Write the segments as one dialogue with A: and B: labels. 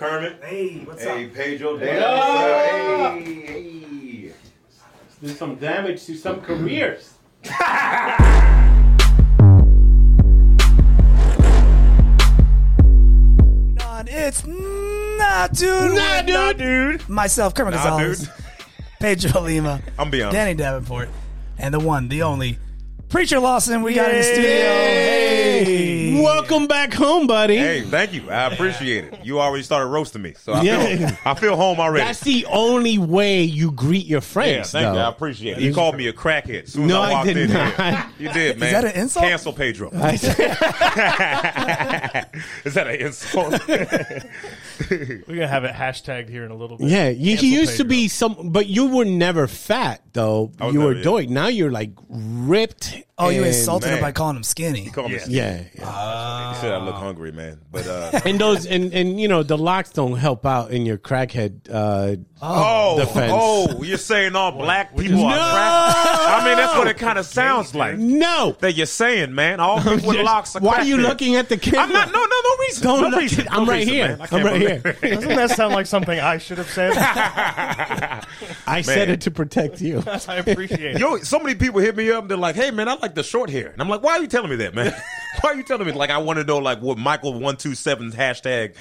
A: Kermit.
B: Hey, what's
C: Hey,
B: up?
C: Pedro
D: Hey,
C: Daniels.
D: up?
C: Hey, hey.
D: Do some damage to some careers.
B: On it's not dude.
A: Nah,
B: with Not
A: dude. dude.
B: Myself, Kermit
A: Nah,
B: Gonzalez,
A: dude. Oh.
B: Pedro Lima,
A: I'm beyond.
B: Danny Davenport, and the one, the only preacher Lawson. We got in the studio.
A: Yay.
B: Hey.
E: Welcome back home, buddy.
A: Hey, thank you. I appreciate it. You already started roasting me, so I,
E: Yeah.
A: feel, I feel home already.
E: That's the only way you greet your
A: yeah,
E: friends.
A: thank you. I
E: though.
A: appreciate it. You called me a crackhead soon as
E: No,
A: I
E: I
A: walked
E: did
A: in here.
E: not.
A: You did, man.
B: that an insult?
A: Cancel Pedro. Is that an insult?
F: We're gonna have it hashtagged here in a little bit.
E: yeah, you,
F: Cancel
E: he used to
F: Pedro.
E: be some, but you were never fat though.
A: was
E: You were
A: never, yeah.
E: doing. Now you're like ripped.
B: Oh, you
E: and-
B: insulted
A: man.
B: him by calling him skinny.
A: Call me.
E: Yeah, yeah.
A: You said I look hungry, man. But uh,
E: and those and and you know the locks don't help out in your crackhead. Uh,
A: oh,
E: Defense.
A: oh, you're saying all black people are
E: No!
A: crack? I mean, that's what it kind of sounds like
E: no.
A: that you're saying, man. All people with locks are
E: Why are you
A: crackhead.
E: looking at the camera?
A: I'm not. No, no, no reason.
E: Don't
A: no
E: look
A: reason.
E: at- I'm
A: No
E: right
A: reason,
E: here.
A: man. I
E: I'm
A: can't
E: right
A: believe-
E: here.
F: Doesn't that sound like something I should have said?
E: I said it to protect you.
F: I appreciate it.
A: Yo, so many people hit me up. and They're like, "Hey, man, I like the short hair," and I'm like, "Why are you telling me that, man? Why are you telling me? Like, I want to know like what Michael one two seven hashtag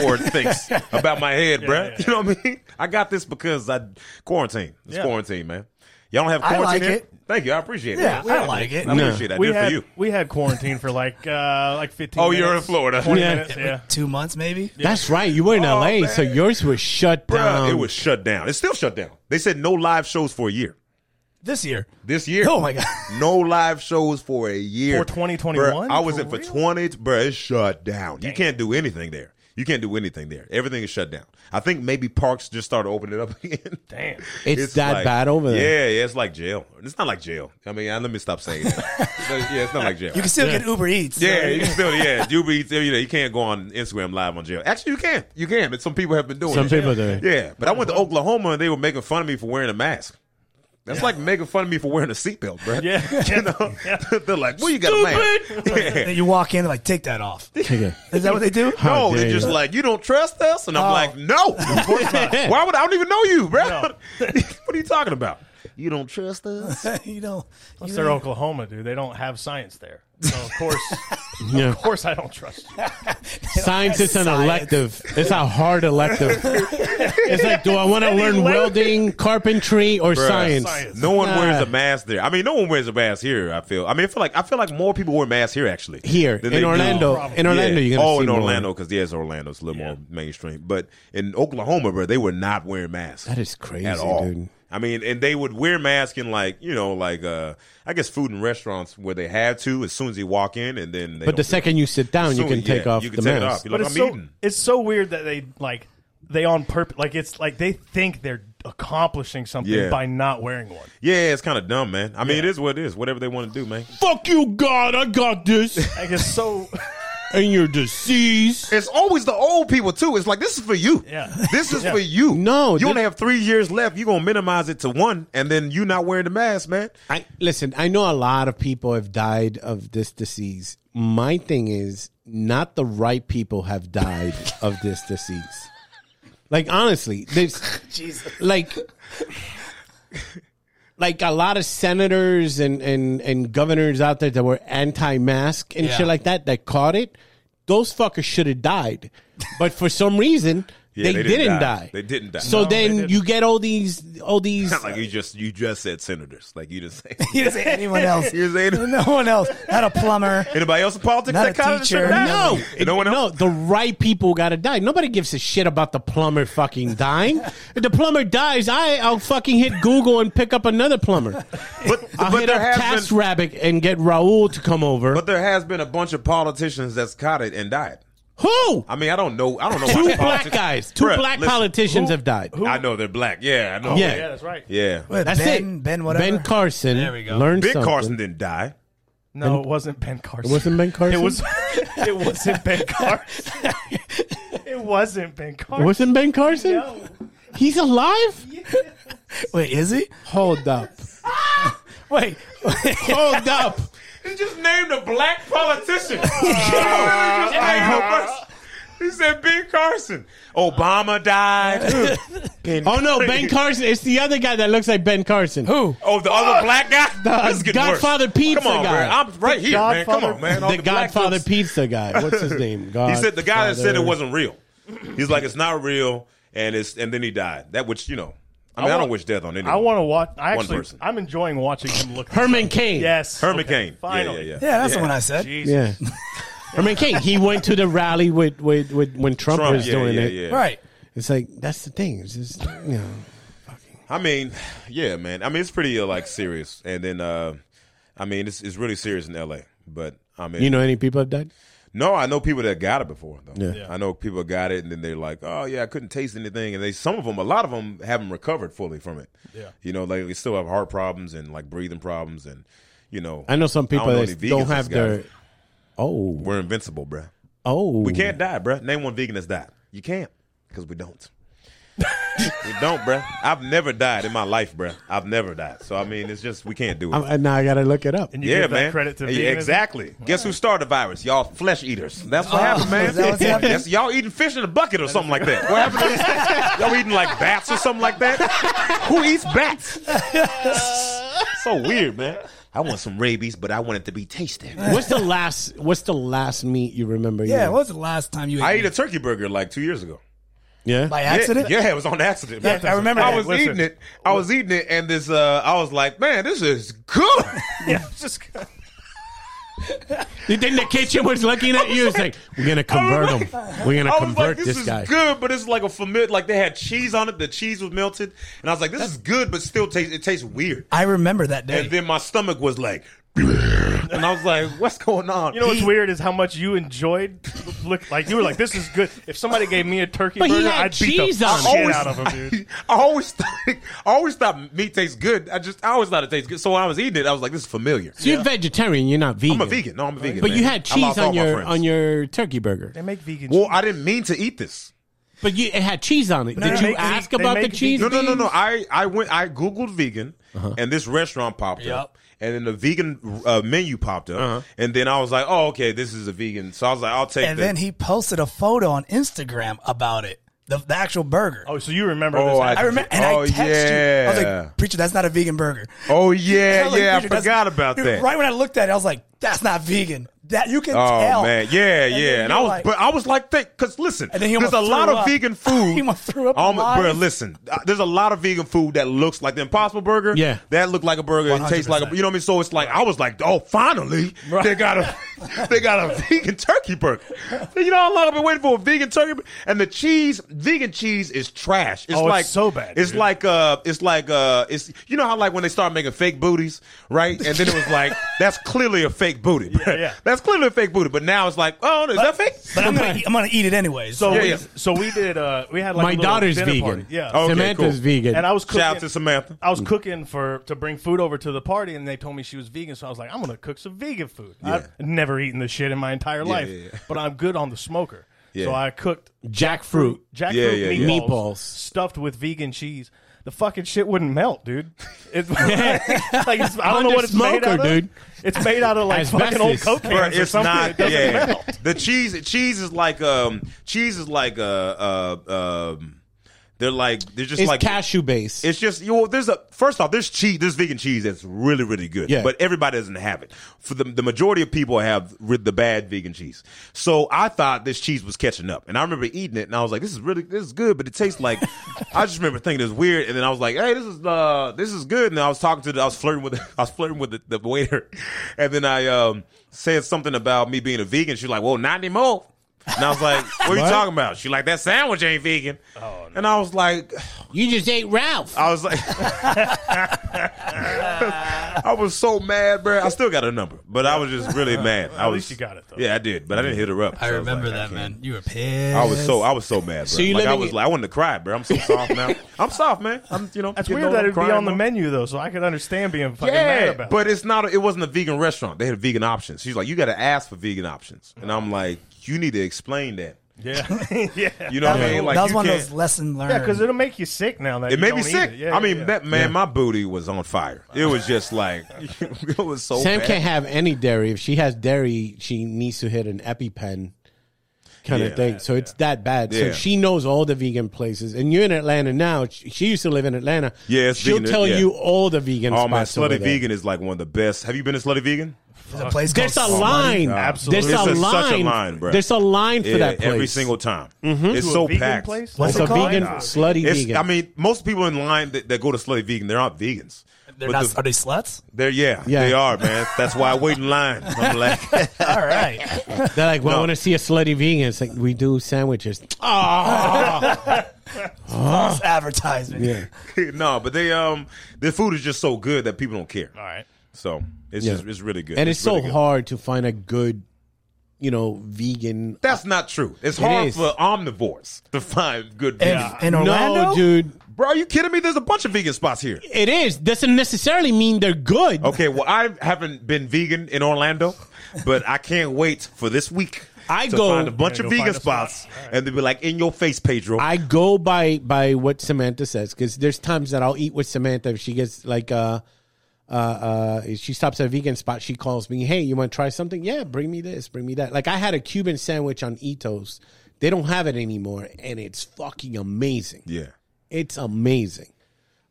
A: Ford thinks about my head, bruh.
F: yeah,
A: You know what I mean? I got this because I quarantine. It's
F: Yeah.
A: quarantine, man. Y'all don't have
B: I
A: quarantine.
B: like
A: here?
B: it.
A: Thank you. I appreciate
B: Yeah,
A: it.
B: I like it.
A: I appreciate that.
F: We
A: Good
F: had
A: for you.
F: we had quarantine for like uh like fifteen.
A: Oh, you're in
F: minutes,
A: Florida.
F: 20
E: Yeah.
F: minutes, yeah.
B: Two months, maybe.
E: That's right. You were in LA, so yours was shut down.
A: Oh, Bruh, it was shut down. It's still shut down. They said no live shows for a year.
B: This year.
A: This year,
B: Oh my God.
A: no live shows for a year
F: For 2021?
A: Bruh, I was in for
F: For
A: twenty, bruh, It's shut down. You can't do anything there. You can't do anything there. Everything is shut down. I think maybe parks just started opening it up again.
F: Damn.
E: It's that bad over there.
A: Yeah, yeah, it's like jail. It's not like jail. I mean, I- let me stop saying that. yeah, it's not like jail.
B: You can still get Uber Eats.
A: yeah, you can still yeah. You be you know you can't go on Instagram live on jail. Actually, you can. You can. But some people have been doing.
E: Some
A: it.
E: people do it.
A: Yeah, but I went to Oklahoma and they were making fun of me for wearing a mask. That's like making fun of me for wearing a seatbelt, bro.
F: Yeah.
A: you know, they're like, "Well, you got a mask." Yeah.
B: Then you walk in, like, take that off.
E: Okay.
B: Is that what they do?
A: No,
E: How dare
A: they're Oh, just
E: you.
A: like, you don't trust us? And I'm
B: Oh.
A: like, no. Why would I don't even know you, bro?
F: No.
A: what are you talking about? You don't trust us?
B: you don't.
F: Plus, they're Oklahoma, dude. They don't have science there, so of course,
E: Yeah.
F: of course, I don't trust you.
E: Science is an
B: Science.
E: elective. It's a hard elective. it's like, do I want to learn welding, carpentry, or science?
F: Science.
A: No one wears
E: Nah.
A: a mask there. I mean, no one wears a mask here. I feel. I mean, I feel like I feel like more people wear masks here actually
E: Here
A: than they
E: in
A: do-
E: Orlando, in Orlando,
A: Yeah.
E: you're gonna
A: oh,
E: see
A: in
E: more.
A: Orlando because yeah, it's Orlando. It's a little more mainstream. But in Oklahoma, bro, they were not wearing masks.
E: That is crazy,
A: at all.
E: dude.
A: I mean, and they would wear masks in like you know, like uh, I guess food and restaurants where they had to as soon as you walk in, and then. They don't
E: But the
A: do it.
E: second you sit down, you
A: Soon,
E: can
A: yeah,
E: take off
A: you can
E: the
A: take it
E: mask.
A: off. You're
F: But
A: like,
F: it's
A: I'm
F: so
A: eating.
F: it's so weird that they like they on purpose. Like it's like they think they're accomplishing something
A: Yeah.
F: by not wearing one.
A: Yeah, it's kind of dumb, man. I mean, it is what it is. Whatever they want to do, man.
E: Fuck you, God! I got this,
F: Like it's so
E: and your disease.
A: It's always the old people too. It's like this is for you.
F: Yeah.
A: this is
F: Yeah.
A: for you.
E: No,
A: you
E: thi-
A: only have three years left. You are gonna minimize it to one, and then you not wearing the mask, man.
E: I listen. I know a lot of people have died of this disease. My thing is, not the right people have died of this disease. Like honestly, this
B: Jesus.
E: like like a lot of senators and and and governors out there that were anti-mask and
B: Yeah.
E: shit like that that caught it those fuckers should have died but for some reason
A: Yeah,
E: they,
A: they didn't
E: didn't,
A: die.
E: die.
A: They didn't die.
E: so
A: No, they
E: then you get all these all these
A: Not like you just you just said senators, like you just say
B: You didn't say anyone else.
A: you say
B: No one else. Not a plumber.
A: anybody else in politics
B: Not
A: that
B: a
A: caught it?
B: teacher.
E: no,
A: no, no one
E: no.
A: else.
E: The right people gotta die. Nobody gives a shit about the plumber fucking dying. if the plumber dies, I I'll fucking hit Google and pick up another plumber.
A: But
E: I'll
A: but
E: hit
A: there
E: up
A: has
E: Task
A: been
E: Rabbit and get Raul to come over.
A: but there has been a bunch of politicians that's caught it and died.
E: Who?
A: I mean, I don't know. I don't know.
E: Two
A: why
E: black
A: politics-
E: guys. Two
A: Bruh,
E: black
A: listen,
E: politicians
F: who-
E: have died.
A: I know they're black. Yeah, I know.
E: Yeah.
F: yeah, that's right.
A: yeah.
B: What,
E: That's
B: ben,
E: it.
B: Ben, whatever.
E: Ben Carson.
B: There we go.
E: Learned
A: Big
E: something.
A: Carson didn't die.
F: No, it wasn't Ben Carson.
E: It wasn't Ben Carson.
F: It was. it wasn't Ben Carson. it wasn't Ben Carson.
E: It wasn't Ben Carson.
F: No.
E: He's alive.
B: Wait, is he?
E: Hold up.
B: Wait.
E: Hold up.
A: You just named a black politician. You literally just named a bunch- He said Ben Carson. Obama died. Ben
E: Oh no, Ben Carson. It's the other guy that looks like Ben Carson.
B: Who?
A: Oh, the other black guy. this is getting
E: Godfather
A: worse.
E: pizza
A: Come on,
E: guy.
A: man. I'm right here, man. Come
F: Godfather-
A: on, man. All
E: The,
A: Oh, black
E: Godfather
A: dudes-
E: pizza guy. What's his name? God
A: He said the guy that said it wasn't real. He's like it's not real, and it's and then he died. That which you know, I mean, I,
F: want-
A: don't wish death on anyone.
F: I want to watch. I
A: One
F: actually,
A: person.
F: I'm enjoying watching him look.
E: Herman Cain.
F: Yes,
A: Herman
F: okay,
A: Cain.
F: Finally,
A: Yeah, yeah, yeah.
B: Yeah, that's the one I said.
F: Jesus.
E: Yeah. Herman Cain. He went to the rally with, with, with when Trump,
A: Trump,
E: was
A: yeah,
E: doing
A: yeah,
E: it.
A: yeah.
B: Right.
E: It's like that's the thing. It's just you know.
A: I mean, yeah, man. I mean, it's pretty uh, like serious, and then uh, I mean, it's it's really serious in L.A. But I mean,
E: You know any people have died?
A: No, I know people that got it before though.
E: Yeah. Yeah.
A: I know people got it and then they're like, "Oh yeah, I couldn't taste anything." And they some of them, a lot of them haven't recovered fully from it. Yeah. You know, like they still have heart problems and like breathing problems and you know.
E: I know some people
A: don't know
E: that
A: any vegans
E: don't
A: that's
E: have
A: got
E: their.
A: it.
E: Oh,
A: We're invincible, bruh.
E: oh.
A: We can't die, bruh. Name one vegan that's died. You can't because we don't. we don't, bruh. I've never died in my life, bruh. I've never died. So I mean, it's just we can't do it.
E: I'm, uh, now I gotta look it up.
F: And you
A: yeah,
F: give
A: man.
F: that credit to
A: Yeah,
F: veganism?
A: exactly. Guess who started the virus? Y'all flesh eaters. That's what happened, man.
B: is that what's happening?
A: That's- y'all eating fish in a bucket or something like that. What happened? to this? y'all eating like bats or something like that? who eats bats? so weird, man. I want some rabies, but I want it to be tasty.
E: What's the last? What's the last meat you remember?
B: Yeah,
E: eating?
B: what was the last time you
A: I
B: ate
A: ate a turkey burger like two years ago.
E: yeah.
B: by accident?
A: Yeah, yeah, it was on accident.
B: Yeah, I remember
A: I
B: that.
A: was
F: Listen.
A: eating it. I was eating it, and this. Uh, I was like, man, this is good.
F: Yeah, just
E: You think the kitchen was looking at you? It's like we're gonna convert him. We're gonna
A: I was
E: convert
A: like, this,
E: this,
A: is
E: guy.
A: good, but it's like a familiar. Like they had cheese on it, the cheese was melted, and I was like, this is good, but still tastes. It tastes weird.
B: I remember that day.
A: And then my stomach was like, and I was like, what's going on?
F: You know what's weird is how much you enjoyed. Look, like you were like, "This is good." If somebody gave me a turkey
E: But he
F: burger,
E: had
F: I'd beat the
E: cheese
F: shit
E: on it.
A: Always-
F: out of him, dude.
A: I always thought, I always thought meat tastes good. I just, I always thought it tastes good. So when I was eating it, I was like, this is familiar.
E: So you're vegetarian. You're not
A: I'm
E: vegan.
A: a vegan. No, I'm a vegan.
E: But you
A: man.
E: had
A: I
E: cheese
A: lost all
E: on
A: my
E: your
A: friends.
E: on your turkey burger.
F: They make vegan.
A: Well, I didn't mean to eat this.
E: But you, it had cheese on it.
F: they
E: Did you
F: make-
E: ask
F: they
E: about the
F: make
E: cheese?
A: No, no, no, no.
E: beans?
A: I, I went. I googled vegan,
B: Uh-huh.
A: and this restaurant popped up, and then the vegan uh, menu popped up, and then I was like, oh, okay, this is a vegan. So I was like, I'll take.
B: Uh-huh. and
A: the-
B: then he posted a photo on Instagram about it, the, the actual burger.
F: oh, so you remember?
A: Oh,
F: this
A: I-
B: I remember, and
A: Oh,
B: I texted you. I
A: yeah.
B: was like, "Preacher, that's not a vegan burger."
A: oh
B: I
A: yeah,
B: was like,
A: yeah. I
B: "Preacher, that's-
A: forgot about
B: Dude,
A: that.
B: Right when I looked at it, I was like, "That's not vegan." That you can
A: Oh
B: tell.
A: man, yeah,
B: And then
A: yeah. And I
B: you're
A: was,
B: like-
A: but I was like, think, cause listen,
B: And then he
A: there's a
B: almost
A: lot
B: threw
A: of
B: up.
A: vegan food.
B: He almost threw up
A: Um,
B: lies.
A: bro, listen, uh, there's a lot of vegan food that looks like the Impossible Burger.
E: Yeah.
A: that looked like a burger. It tastes like a,
B: 100%.
A: you know what I mean. So it's like I was like, oh, finally, they got a, they got a vegan turkey burger. You know how long I've been waiting for a vegan turkey, bur- and the cheese, vegan cheese is trash. It's
F: Oh, it's
A: like
F: so bad,
A: It's
F: dude.
A: like uh, it's like uh, it's you know how like when they start making fake booties, right? And then it was like that's clearly a fake booty. bro.
F: yeah.
A: That's clearly a fake booty, but now it's like, oh, is that fake?
B: But I'm gonna, eat, I'm gonna eat it anyway. So
F: So,
A: Yeah,
F: we,
A: yeah.
F: so we did. Uh, we had like a
E: My
F: little
E: daughter's
F: dinner
E: vegan.
F: Party. Yeah.
A: Okay,
E: Samantha's
A: cool.
E: vegan.
F: And I was cooking.
A: Shout out to Samantha.
F: I was cooking for to bring food over to the party, and they told me she was vegan. So I was like, I'm gonna cook some vegan food. I've never eaten this shit in my entire life,
A: yeah, yeah.
F: but I'm good on the smoker.
A: Yeah.
F: So I cooked
E: jackfruit.
F: jackfruit
A: Yeah, yeah, yeah.
F: meatballs,
E: Meatballs.
F: stuffed with vegan cheese. The fucking shit wouldn't melt, dude. It's like it's, I don't know
E: Under
F: what it's made
E: smoker,
F: out of.
E: dude.
F: It's made out of like fucking old
E: Asbestos.
F: coke
A: Bruh,
F: cans or something. it doesn't
A: yeah.
F: melt.
A: The cheese cheese is like um cheese is like uh uh um they're like they're just
E: It's
A: like
E: cashew based.
A: It's just you know, there's a first off, there's cheese, there's vegan cheese that's really, really good.
E: Yeah.
A: But everybody doesn't have it. For the the majority of people have rid the bad vegan cheese. So I thought this cheese was catching up. And I remember eating it and I was like, This is really this is good, but it tastes like I just remember thinking it's weird and then I was like, Hey, this is uh this is good. And I was talking to the I was flirting with I was flirting with the, the waiter and then I um said something about me being a vegan. She's like, Well, not anymore. And I was like, What are you talking about? She like, That sandwich ain't vegan. Oh, no. And I was like,
E: you just ate Ralph.
A: I was like, I was so mad, bro. I still got her number, but I was just really mad. I
F: At
A: was,
F: least you got it, though.
A: Yeah, I did, but I didn't hit her up.
B: I
A: So was
B: remember
A: like,
B: that
A: can't.
B: man. You were pissed.
A: I was so I was so mad, bro.
E: you
A: like I
E: living
A: was
E: in-
A: like I wanted to cry, bro. I'm so soft now. I'm soft, man. I'm you know.
F: That's
A: getting
F: weird
A: older,
F: that it'd be
A: crying
F: on the
A: more.
F: menu though, so I could understand being fucking mad
A: Yeah,
F: about. it.
A: but it's not. it wasn't a vegan restaurant. They had vegan options. She's like, you got to ask for vegan options, and I'm like, you need to explain that.
F: Yeah, yeah,
A: You know what I
B: That
A: mean?
B: was-
A: Like
B: that was
A: you
B: one
A: can't-
B: of those lesson learned.
F: yeah, because it'll make you sick now. That
A: It
F: you
A: made
F: don't
A: me
F: eat
A: sick.
F: it. Yeah,
A: I
F: yeah,
A: mean,
F: yeah.
A: that man, my booty was on fire. It was just like it was so.
E: Sam
A: bad.
E: can't have any dairy. If she has dairy, she needs to hit an EpiPen. kind
A: Yeah.
E: of thing. So it's that bad.
A: Yeah.
E: So she knows all the vegan places, and you're in Atlanta now. She she used to live in Atlanta.
A: Yeah, it's
E: she'll
A: vegan-
E: tell
A: yeah.
E: you all the vegan.
A: Oh, my
E: spots over
A: Slutty
E: there.
A: Vegan is like one of the best. Have you been to Slutty Vegan?
B: There's a place
E: There's a
B: called Slutty.
E: line.
F: Absolutely.
E: There's
A: It's
E: a
A: a-
E: line.
A: such a line, bruh.
E: There's a line for
A: Yeah,
E: that place.
A: every single time. It's
F: To a
A: so
F: vegan
A: packed.
F: place?
B: What's
E: It's
B: it
E: a
B: called?
E: vegan,
F: Nah.
E: slutty
A: It's-
E: vegan.
A: I mean, most people in line that, that go to Slutty Vegan, they're not vegans.
B: They're
A: But
B: not,
A: the-
B: are they sluts?
A: they're yeah,
E: Yeah.
A: they are, man. That's why I wait in line. I'm like,
B: All right.
E: They're like, well,
A: No.
E: I want to see a slutty vegan. It's like we do sandwiches.
B: False advertisement.
E: Yeah.
A: no, but they um, their food is just so good that people don't care.
F: All right.
A: So it's
E: Yeah.
A: just it's really good,
E: and it's,
A: really
E: so
A: good.
E: hard to find a good, you know, vegan.
A: That's not true. It's
E: It
A: hard
E: is.
A: for omnivores to find good
B: In,
A: vegan.
B: in Orlando?
E: No, dude,
A: Bro, are you kidding me? There's a bunch of vegan spots here.
E: it is. Doesn't necessarily mean they're good.
A: Okay, well, I haven't been vegan in Orlando, but I can't wait for this week.
E: I
A: to
E: go-
A: find a bunch
F: Yeah,
A: of
F: go
A: vegan
F: find a spot.
A: spots, and they'll be like, "In your face, Pedro."
E: I go by by what Samantha says because there's times that I'll eat with Samantha if she gets like uh uh uh if she stops at a vegan spot she calls me hey you want to try something yeah bring me this bring me that like I had a Cuban sandwich on Ito's they don't have it anymore and it's fucking amazing
A: yeah,
E: it's amazing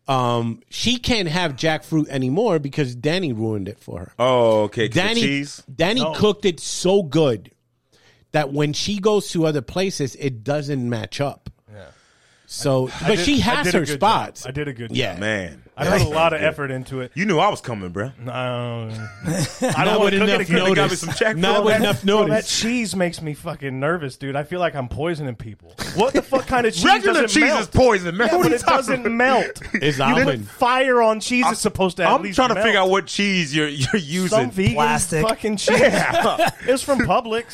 E: um she can't have jackfruit anymore because Danny ruined it for her
A: Oh, okay. 'cause the
E: Danny
A: cheese.
E: Danny cooked it so good that when she goes to other places, it doesn't match up. Yeah. So, but
F: did-
E: she
F: I
E: has
F: did a
E: her
F: good
E: spots.
F: job. I did a good
E: Yeah.
F: job.
A: Man,
F: I put a lot of effort into it.
A: you knew I was coming, bro.
F: Um, I don't
E: Not
F: want
E: with
F: to cook it
E: enough
F: again. They got me
E: notice.
F: some-
A: jackfruit.
E: Not with enough
F: Bro, that
E: notice.
F: cheese makes me fucking nervous, dude. I feel like I'm poisoning people. What the fuck kind of cheese
A: Regular
F: doesn't
A: cheese
F: melt?
A: is poison, man.
F: Yeah,
A: What
F: but
A: are you
F: it
A: talking
F: doesn't
A: about?
F: melt.
E: It's
F: You put
E: almond.
F: fire on cheese is supposed to. At
A: I'm
F: least
A: trying to
F: melt.
A: figure out what cheese you're you're using.
F: some vegan
B: Plastic.
F: fucking cheese. it's from Publix.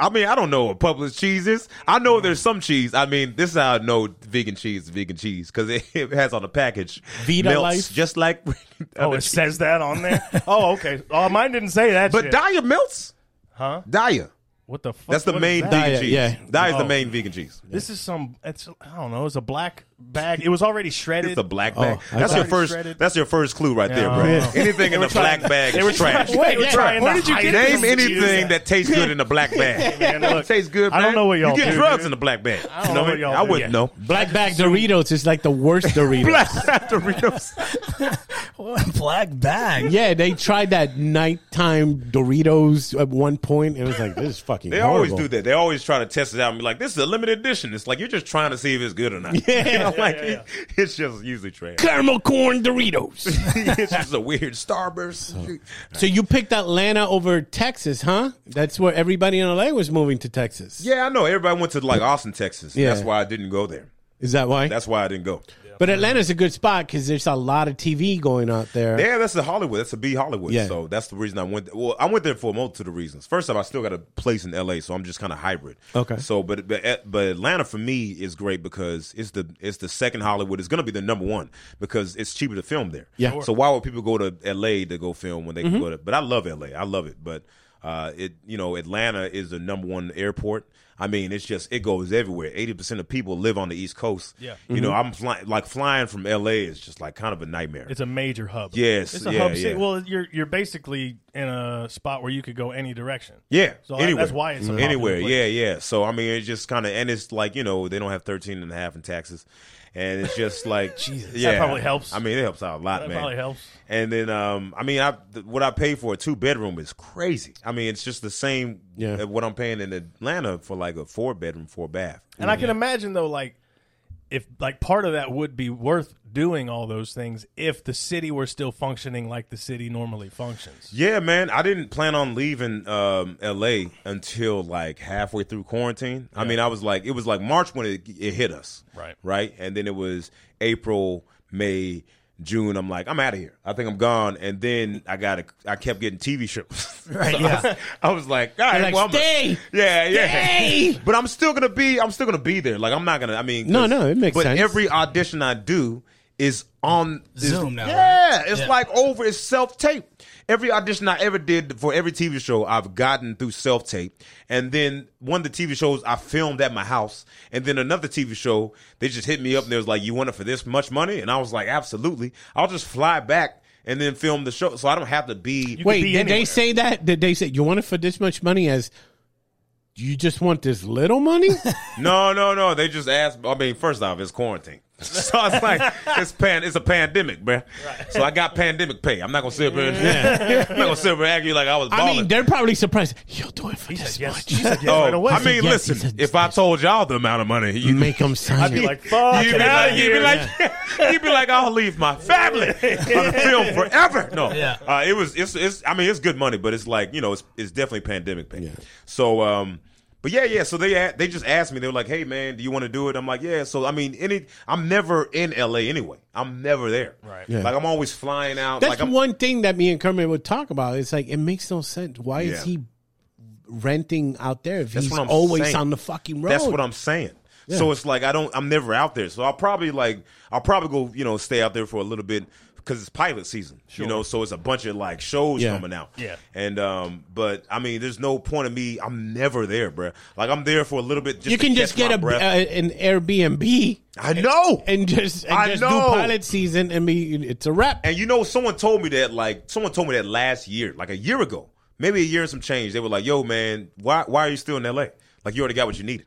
A: I mean, I don't know what Publix cheese is. I
F: Mm.
A: know there's some cheese. I mean, this is how I know vegan cheese is vegan cheese because it, it has on the package.
E: Vita
A: melts
E: Life?
A: just like.
F: Oh, it says that on there. Oh, okay. Oh, mine didn't say that.
A: but
F: shit.
A: Daya melts. Huh? Daya.
F: what the fuck?
A: That's the
F: what is
A: main
F: that?
A: vegan
E: Daya,
A: cheese.
E: yeah.
A: Daya's the
F: Oh.
A: main vegan cheese.
F: This is some. It's I don't know. It's a black bag. It was already shredded.
A: It's the black bag.
E: I
A: that's
E: thought
A: your
F: it
A: first.
F: shredded.
A: That's your first clue right there, bro.
F: Yeah.
A: Anything in the black bag
F: They were
A: is
F: trying.
A: trash.
F: They were
E: yeah.
F: trying.
E: Where
F: to
E: did you
F: hide
E: get
F: it.
A: Name anything that tastes good in a black bag.
F: Man, look,
A: tastes good.
F: I don't
A: man.
F: know what y'all
A: You get
F: do,
A: drugs
F: dude.
A: in the black bag. I
F: don't know what y'all
A: I
F: do.
A: wouldn't
F: Yeah.
A: know.
E: Black bag Doritos is like the worst Doritos.
A: Black Doritos.
B: Black bag.
E: yeah, they tried that nighttime Doritos at one point, and it was like this is fucking.
A: They always do that. They always try to test it out and be like, "This is a limited edition." It's like you're just trying to see if it's good or not. Yeah, like it- it's just usually trash.
E: Caramel corn Doritos.
A: it's just a weird starburst.
E: so you picked Atlanta over Texas, huh? That's where everybody in LA was moving to Texas.
A: Yeah, I know. Everybody went to like Austin, Texas.
E: Yeah.
A: That's why I didn't go there.
E: Is that why?
A: That's why I didn't go.
E: But Atlanta's a good spot because there's a lot of TV going out there.
A: Yeah, that's the Hollywood. That's a B Hollywood.
E: Yeah.
A: So that's the reason I went. There. Well, I went there for a multitude of reasons. First off, I still got a place in L.A., so I'm just kind of hybrid.
E: Okay.
A: So, but but but Atlanta for me is great because it's the it's the second Hollywood. It's going to be the number one because it's cheaper to film there.
E: Yeah. Mm-hmm. Sure.
A: So why would people go to L.A. to go film when they can go to? But I love L.A. I love it. But uh, it you know Atlanta is the number one airport. I mean, it's just it goes everywhere. Eighty percent of people live on the East Coast.
F: Yeah.
A: You know,
E: Mm-hmm.
A: I'm flying like flying from L.A. is just like kind of a nightmare.
F: It's a major hub.
A: Yes,
F: it's a
A: yeah,
F: hub. city.
A: yeah.
F: Well, you're you're basically in a spot where you could go any direction.
A: Yeah.
F: So that-
A: anywhere. Mm-hmm.
F: that's why it's a popular
A: anywhere.
F: place.
A: Yeah, yeah. So I mean, it's just kind of and it's like you know they don't have 13 and a half in taxes, and it's just like Jesus. Yeah,
F: probably helps.
A: I mean, it helps out a lot,
F: That
A: man.
F: probably helps.
A: And then um, I mean, I th- what I pay for a two bedroom is crazy. I mean, it's just the same.
E: Yeah.
A: as What I'm paying in Atlanta for like a four bedroom, four bath.
F: And I can imagine though, like if like part of that would be worth doing all those things if the city were still functioning like the city normally functions.
A: Yeah, man. I didn't plan on leaving um, LA until like halfway through quarantine. I mean, I was like, it was like March when it, it hit us.
F: Right.
A: Right. And then it was April, May, June. I'm like, I'm out of here. I think I'm gone. And then I got, a, I kept getting TV shows.
B: Right,
A: So
B: yeah.
A: I, was like, all right,
E: like,
A: well, I'm a-
E: stay.
A: yeah, yeah.
E: Stay.
A: But I'm still gonna be, I'm still gonna be there. Like, I'm not gonna. I mean, 'cause-
E: No, no, it makes
A: But
E: sense.
A: every audition I do is on is-
B: Zoom now,
A: Yeah,
B: right?
A: it's
B: Yeah.
A: like over it's self tape. Every audition I ever did for every TV show, I've gotten through self tape, and then one of the TV shows I filmed at my house, and then another TV show they just hit me up and they was like, "You want it for this much money?" And I was like, "Absolutely, I'll just fly back and then film the show, so I don't have to be."
F: You could
E: Wait,
F: be
E: did
F: anywhere.
E: they say that? Did they say you want it for this much money as you just want this little money?
A: No, no, no. They just asked. I mean, first off, it's quarantine, so it's like it's pan. It's a pandemic, bruh. So I got pandemic pay. I'm not gonna sit up here. And, I'm not gonna sit up here and act you like I was.
E: I
A: Balling.
E: mean, they're probably surprised. You'll do it for this
F: yes.
E: much.
F: She said yes
A: Oh,
F: right away.
A: I mean,
E: Yes,
A: listen.
E: he said-
A: if I told y'all the amount of money, you
E: You make them sign
F: Mm-hmm. be
E: it.
F: like, fuck.
A: You'd
F: it,
A: be,
F: I'm out
A: like, you'd, be
F: here.
A: like, you'd be like, I'll leave my family on the film forever. No,
B: Yeah.
A: uh, it was. It's, it's. I mean, it's good money, but it's like you know, it's it's definitely pandemic pay. So, um, but yeah, yeah. So they a- they just asked me. They were like, Hey, man, do you want to do it? I'm like, Yeah. So I mean, any. I'm never in L.A. anyway. I'm never there. Right.
E: Yeah.
A: Like I'm always flying out.
E: That's
A: like I'm,
E: one thing that me and Kermit would talk about. It's like it makes no sense. Why
A: Yeah.
E: is he renting out there if
A: That's
E: he's
A: what I'm
E: always
A: saying.
E: on the fucking road?
A: That's what I'm saying. So it's like I don't. I'm never out there. So I'll probably like I'll probably go. You know, stay out there for a little bit because it's pilot season. You know, so it's a bunch of like shows
E: Yeah.
A: coming out.
F: Yeah.
A: And um, but I mean, there's no point of me. I'm never there, bruh. Like I'm there for a little bit. Just
E: you
A: to
E: can
A: catch
E: just get
A: my
E: a, uh,
A: breath.
E: an Airbnb
A: I know.
E: and just, and
A: I
E: just do
A: know.
E: pilot season and be it's a wrap.
A: And you know, someone told me that like someone told me that last year, like a year ago, maybe a year and some change. They were like, "Yo, man, why why are you still in L.A.? Like you already got what you needed."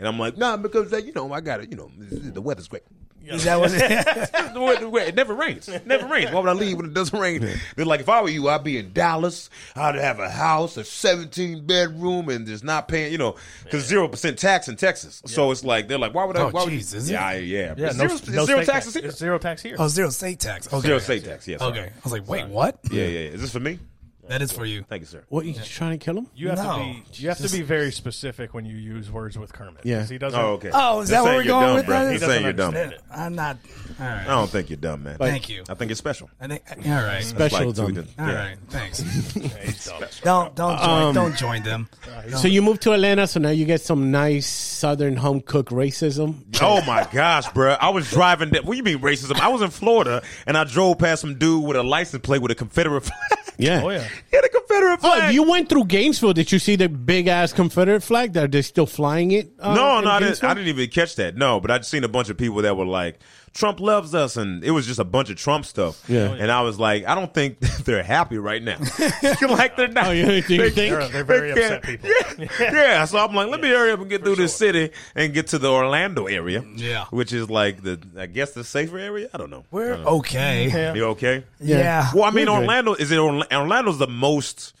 A: And I'm like, "Nah, because like, you know I got it. You know the weather's great."
B: Is that what
A: The way- the way- it never rains. It never rains. Why would I leave when it doesn't rain? They're like, if I were you, I'd be in Dallas. I'd have a house, a 17 bedroom, and just not paying, you know, because zero percent tax in Texas. So it's like they're like, why would I?
B: Oh,
A: why would
B: jeez, is it?
A: yeah, I- yeah,
F: Yeah,
A: It's
F: no,
A: zero, it's
F: no
A: zero
F: state
A: taxes here.
F: It's zero tax here.
B: Oh, zero state tax. Okay.
A: Zero state tax. Yes.
B: Okay. I was like, wait, what?
A: Yeah, yeah, yeah. Is this for me?
B: That is for you.
A: Thank you, sir.
E: What you trying to kill him?
F: You have
B: No.
F: to be you have to be very specific when you use words with Kermit.
E: Yeah.
F: 'cause He doesn't.
A: Oh, okay.
B: Oh, is
A: They're
B: that where
A: saying
B: we're
A: you're
B: going
A: dumb,
B: with
A: bro.
B: that?
A: They're
B: He
A: saying
F: doesn't
A: you're dumb.
F: understand
B: I'm not. All right.
A: I don't think you're dumb, man.
B: Thank you.
A: I think you're special.
B: I think, all right.
A: That's two
E: Special dumb.
A: different-
B: All
A: yeah. Um,
B: right. Thanks.
F: Yeah, he's dumb.
B: Don't don't join, don't join them.
E: So you moved to Atlanta, so now you get some nice Southern home cook racism.
A: Oh my gosh, bruh. I was driving. That, what do you mean racism? I was in Florida and I drove past some dude with a license plate with a Confederate flag.
E: Yeah.
F: Oh yeah.
A: He had a Confederate
E: Oh,
A: flag.
E: if you went through Gainesville, did you see the big ass Confederate flag? That they're still flying it? uh,
A: no,
E: in
A: no, I didn't,
E: Gainesville?
A: I didn't even catch that. No, but I'd seen a bunch of people that were like, "Trump loves us," and it was just a bunch of Trump stuff.
E: Yeah.
A: and I was like, I don't think they're happy right now. like they're not.
E: Oh, you think-
A: They-
E: think?
F: They're, they're very
A: they
F: upset
A: can't-
F: people.
A: Yeah. yeah, so I'm like, let me hurry up and get through this city and get to the Orlando area.
B: Yeah.
A: which is like the, I guess, the safer area. I don't know.
B: We're okay. Yeah.
A: You okay?
E: Yeah.
A: Well, I mean,
E: We're good.
A: Orlando is it? Orla- Orlando's the most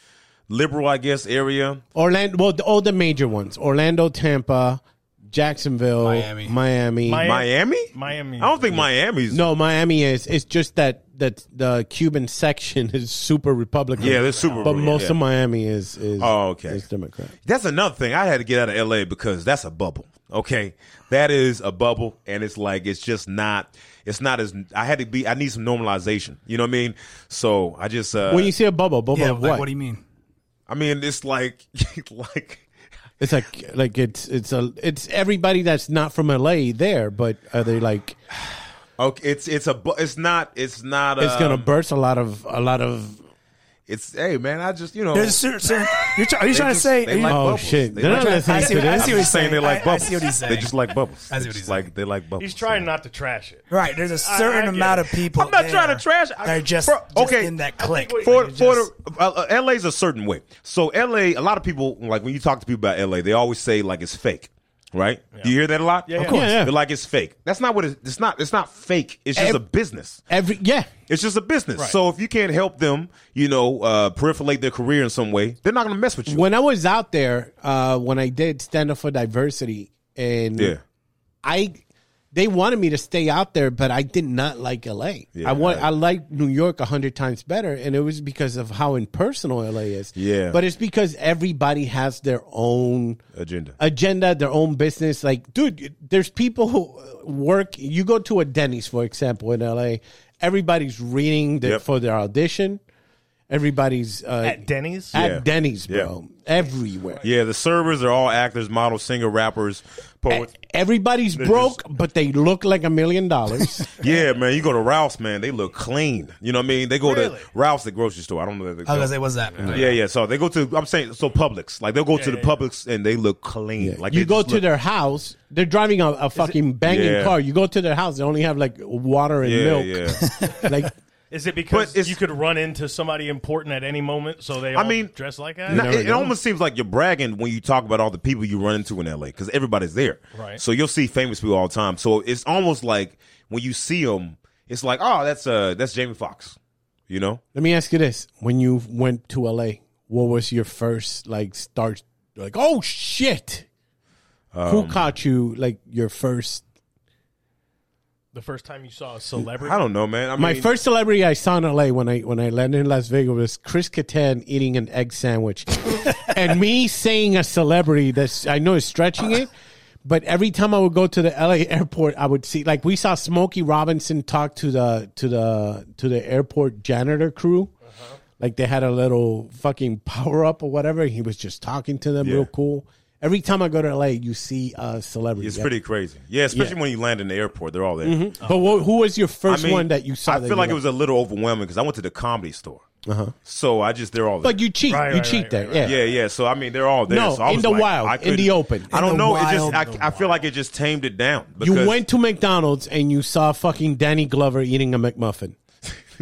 A: liberal, I guess, area.
E: Orlando, well, the, all the major ones: Orlando, Tampa, Jacksonville,
B: Miami.
E: Miami.
F: Mi-
A: Miami?
F: Miami.
A: I don't think Miami's.
E: no, Miami is. It's just that that the Cuban section is super Republican.
A: Yeah, they're super.
E: but most
A: yeah.
E: of Miami is is
A: Oh, okay.
E: is Democrat.
A: That's another thing. I had to get out of LA because that's a bubble. Okay. That is a bubble and it's like it's just not it's not as I had to be I need some normalization. You know what I mean? So I just uh
E: when you see a bubble, bubble of
B: like,
E: what?
B: what? do you mean?
A: I mean it's like like
E: It's like like it's it's a it's everybody that's not from LA there, but are they like
A: okay it's it's a bu- it's not it's not
E: it's gonna
A: um,
E: burst a lot of a lot of
A: it's hey man, I just you know
B: There's cer- cer- you're try- are you trying
A: just-
B: to say?
A: they
B: are you-
A: like
E: oh
A: bubbles.
E: shit.
A: They
E: They're
A: like-
E: not
B: I see-
E: listening to
B: I
E: this.
B: see what
A: I'm
B: he's
A: saying they
B: saying.
A: like
B: I- I
A: bubbles.
B: see what he's
A: They
B: saying.
A: just like bubbles.
B: I see
A: They
B: what
A: just
B: he's
A: like
B: saying.
A: they like bubbles.
F: He's trying not to trash it.
B: Right. There's a
F: I
B: certain
F: get
B: amount
F: it.
B: of people.
A: I'm not
B: there
A: trying to trash- I-
B: They're just,
A: Bro,
B: just
A: okay.
B: in that
A: I
B: click.
A: for
B: They're
A: for
B: just-
A: the, uh, uh, LA's a certain way. So LA, a lot of people like when you talk to people about LA, they always say like it's fake, right? Do you hear that a lot?
F: Of yeah.
E: course. Yeah, yeah.
A: They're like it's fake. That's not what it, it's not. It's not fake. It's just
E: Ev-
A: a business.
E: Every yeah.
A: It's just a business. So if you can't help them, you know, uh, proliferate their career in some way, they're not going to mess with you.
E: When I was out there, uh when I did stand up for diversity and
A: yeah.
E: I they wanted me to stay out there, but I did not like LA.
A: Yeah,
E: I want
A: right.
E: I like New York a hundred times better, and it was because of how impersonal LA is.
A: Yeah.
E: but it's because everybody has their own
A: Agenda.
E: agenda, their own business. Like, dude, there's people who work. You go to a Denny's, for example, in LA. Everybody's reading the,
A: Yep.
E: for their audition. Everybody's uh,
F: At Denny's.
E: at
A: Yeah.
E: Denny's,
A: Yeah.
E: bro. Everywhere.
A: yeah, the servers are all actors, models, singer, rappers, poets.
E: Everybody's broke, but they look like a million dollars.
A: Yeah, man, you go to Ralph's, man, they look clean. You know what I mean? They go
F: Really?
A: to Ralph's, the grocery store. I don't know. That they go-
B: I was gonna say, what's that?
A: Yeah, yeah. So they go to I'm saying so Publix. Like they'll go to the Publix and they look clean. Like
E: you
A: they
E: go
A: just
E: to
A: look-
E: their house, they're driving a, a fucking banging
A: Yeah.
E: car. You go to their house, they only have like water and
A: yeah,
E: milk.
A: yeah.
E: like
F: Is it because
A: it's-
F: you could run into somebody important at any moment, so they all
A: I mean,
F: dress like
A: nah,
F: that?
E: never
A: it, it
E: know.
A: almost seems like you're bragging when you talk about all the people you run into in LA because everybody's there.
F: Right.
A: So you'll see famous people all the time. So it's almost like when you see them, it's like, oh, that's uh, that's Jamie Foxx. You know,
E: Let me ask you this: When you went to LA, what was your first like start? Like, oh shit! Who caught you? Like your first?
F: The first time you saw a celebrity?
A: I don't know, man. I
E: My
A: mean,
E: first celebrity I saw in LA when I when I landed in Las Vegas was Chris Kattan eating an egg sandwich, and me saying a celebrity that's I know is stretching it. But every time I would go to the LA airport, I would see like we saw Smokey Robinson talk to the to the to the airport janitor crew.
A: Uh-huh.
E: Like they had a little fucking power up or whatever. He was just talking to them
A: Yeah.
E: real cool. Every time I go to LA, you see a celebrity.
A: it's
E: Yeah.
A: pretty crazy. Yeah, especially when you land in the airport, they're all there.
E: But what, who was your first
A: I mean,
E: one that you
A: I
E: saw? that
A: feel
E: you
A: like it was a little overwhelming because I went to the comedy store. Uh-huh. So I just they're all there.
E: But you cheat.
F: Right,
E: you
F: right,
E: cheat
F: right,
E: there.
F: right,
E: yeah.
A: yeah, yeah. So I mean, they're all there.
E: No,
A: so I
E: in
A: was
E: the
A: like,
E: wild,
A: I
E: in the
A: couldn't-
E: open.
A: I
E: In
A: don't
E: the
A: know.
E: wild,
A: it just
F: the
A: I, I feel like it just tamed it down.
E: You
A: because-
E: went to McDonald's and you saw fucking Danny Glover eating a McMuffin.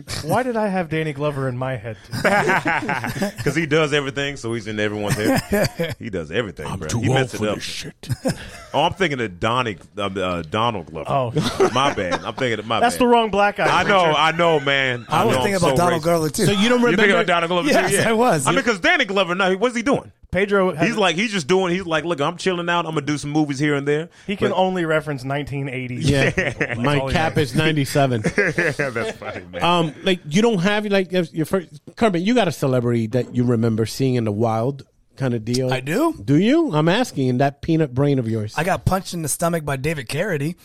F: Why did I have Danny Glover in my head? Too?
A: because he does everything, so he's in everyone's head. he does everything, bro. he messes it up.
E: shit.
A: Oh, I'm thinking of Donnie, uh, uh, Donald Glover.
F: Oh.
A: my bad. I'm thinking of my
F: That's
A: bad.
F: the wrong black guy.
A: I know,
F: Richard.
A: I know, man.
B: I was
A: know,
B: thinking
A: I'm
B: about
A: so
B: Donald
A: racist.
B: Glover too.
E: So you don't
A: You
E: remember?
A: thinking about Donald Glover?
B: Yes,
A: too? Yeah.
B: I was.
A: I mean,
B: You-
A: because Danny Glover, now he- what's he doing?
F: Pedro. Has,
A: He's like he's just doing. He's like, look, I'm chilling out. I'm gonna do some movies here and there.
F: he can
A: But-
F: only reference 1980s.
E: yeah,
F: That's all
E: my
F: he
E: cap
F: knows.
E: is ninety seven.
A: that's funny, man.
E: Um, like you don't have like your first Carmen. You got a celebrity that you remember seeing in the wild kind of deal.
B: I do.
E: Do you? I'm asking in that peanut brain of yours.
B: I got punched in the stomach by David Carradine.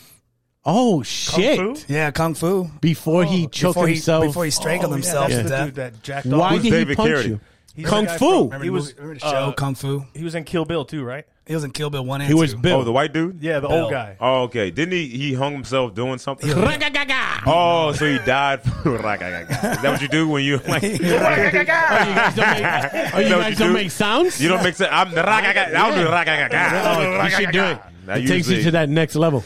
E: oh shit!
F: Fu?
B: Yeah, kung fu.
E: Before he choked
B: before he
E: himself.
B: before he strangled
F: Oh, yeah,
B: himself
F: that's
B: to
F: the
B: death.
F: dude that jacked off.
E: why
A: Who's
E: did
A: David
E: he punch
A: Carradie?
E: you?
F: He's the
E: Kung
F: guy
E: Fu.
F: from-
B: Remember
F: he
B: the
F: was.
B: movie- remember the show
F: uh,
B: Kung Fu.
F: He was in Kill Bill too, right?
B: He was in Kill Bill one and
E: He was
B: two.
E: Bill.
A: Oh, the white dude.
F: Yeah, the
B: Bill.
F: old guy.
A: Oh, okay. Didn't he? He hung himself doing something.
E: Ragagaga.
A: Oh, so he died. from- Is that what you do when you like?
E: Oh, you
A: Is
E: guys don't make, oh, you
A: that what
E: guys
A: you
E: don't
A: do?
E: make sounds?
A: You don't make sense. I'm the ragagaga. I'll do ragagaga.
E: Oh, you should do it.
A: Now
E: it
A: you
E: takes you
A: see.
E: to that next level.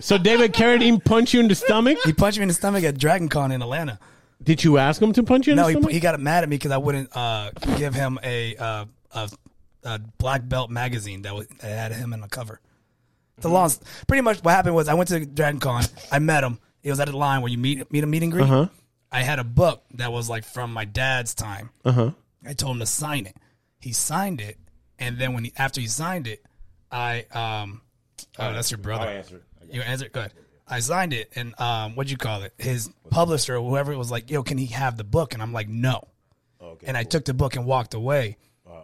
E: so David Carradine punched you in the stomach.
B: He punched me in the stomach at Dragon Con in Atlanta.
E: Did you ask him to punch you in
B: No,
E: the
B: he,
E: stomach?
B: he got mad at me because I wouldn't uh, give him a, uh, a a black belt magazine that, was, that had him in the cover. The long, pretty much what happened was I went to Dragon Con. I met him. It was at a line where you meet meet a meet and greet. I had a book that was like from my dad's time. I told him to sign it. He signed it, and then when he, after he signed it, I um, oh that's your brother. You answered good. I signed it, and um, what'd you call it? His publisher, or whoever, was like, "Yo, can he have the book?" And I'm like, "No." and I took the book and walked away.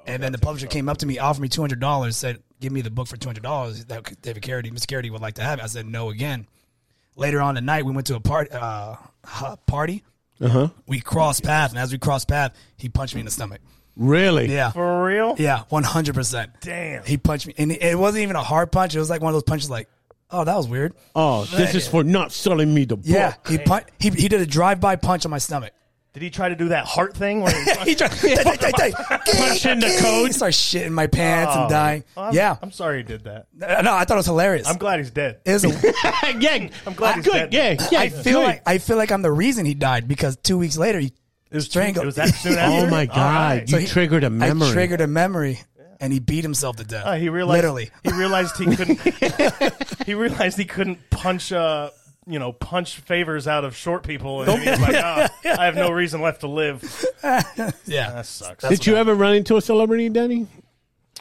B: and then the publisher came up to me, offered me two hundred dollars, said, "Give me the book for two hundred dollars." That could- David Carradine, Mr. Carradine would like to have. It. I said no again. Later on tonight, we went to a party. Uh, huh, party. Uh-huh. We crossed path, and as we crossed path, he punched me in the stomach.
E: really?
B: Yeah,
F: For real?
B: yeah, one hundred percent.
F: Damn.
B: He punched me, and it wasn't even a hard punch. It was like one of those punches, like, "Oh, that was weird."
E: Oh, this is for not selling me the book.
B: Yeah, he pun- he he did a drive by punch on my stomach.
F: Did he try to do that heart thing? Where he
B: he tried punching
E: Punching the code.
B: Start shitting my pants and dying.
F: Oh, I'm,
B: yeah,
F: I'm sorry he did that.
B: No, I thought it was hilarious.
F: I'm glad he's dead.
B: it was a,
E: yeah. I'm
F: glad he's
E: good.
F: dead.
E: Yeah, yeah.
B: I feel
E: good.
B: like I feel like I'm the reason he died because two weeks later he
F: It was
B: strangled.
F: It was that soon after.
E: Oh my
F: All
E: god!
F: right.
E: You
B: he-
E: triggered a memory.
B: I triggered a memory, and he beat himself to death.
F: Uh, he realized
B: literally.
F: He realized he couldn't. he realized he couldn't punch. Uh, you know, punch favors out of short people, and he was like, "Ah, "I have no reason left to live."
B: Yeah,
F: That sucks.
E: Did you ever run into a celebrity, Danny?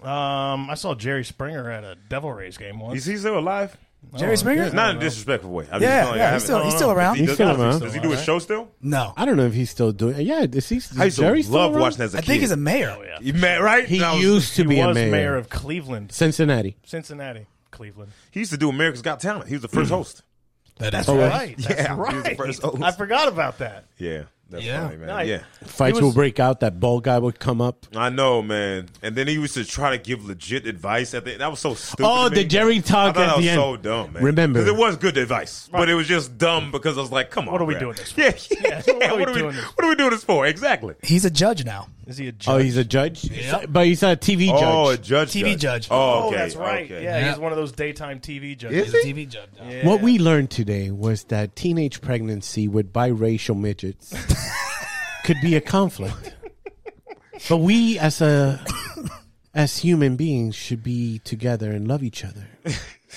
F: Um, I saw Jerry Springer at a Devil Rays game once.
A: Is he still alive?
F: Uh, oh,
B: Jerry Springer.
A: Not in a disrespectful way. I'm
B: Yeah,
A: just telling you, I
B: yeah, he's
A: haven't-
B: still he's still around.
A: He
E: He's
A: does-
E: still around.
A: Does he do a show still?
B: No,
E: I don't know if he's still doing. it. Yeah, is he?
A: I
E: Is
A: used to
E: Jerry still
A: love
E: around?
A: watching that as a
B: I
A: kid.
B: think he's a mayor.
F: Oh, yeah.
A: You mad, right?
E: He
A: And I was-
E: used to
F: He
E: be uh, a
F: was
E: mayor.
F: mayor of Cleveland,
E: Cincinnati.
F: Cincinnati, Cleveland.
A: he used to do America's Got Talent. He was the
E: Mm.
A: first host.
B: That's
E: right.
F: Right. That's
A: Yeah, he was the
F: right.
A: first host.
F: I forgot about that.
A: Yeah, that's
B: Yeah.
A: funny, man.
F: No, I-
A: yeah,
E: Fights
F: was-
E: will break out. That bald guy would come up.
A: I know, man. And then he used to try to give legit advice at the. That was so stupid.
E: Oh,
A: to me.
E: the Jerry
A: I
E: talk
A: thought
E: at
A: that was
E: the end.
A: so dumb, man.
E: Remember.
A: 'Cause it was good advice, but it was just dumb because I was like, "Come on,
F: What are we
A: bruh.
F: doing this for?
A: Yeah, yeah. what, are we
F: doing this
A: What are we doing this for? Exactly.
B: He's a judge now.
F: Is he a judge?
E: Oh, he's a judge,
B: Yep.
E: but he's a TV
A: Oh, a
E: judge.
A: judge.
B: TV judge.
A: Oh,
F: Oh,
A: okay,
F: that's right.
A: okay.
F: Yeah,
B: Yeah.
F: he's one of those daytime TV judges.
A: Is
B: He's
A: he?
B: a TV judge. now.
F: Yeah.
E: What we learned today was that teenage pregnancy with biracial midgets could be a conflict. But we as a as human beings should be together and love each other.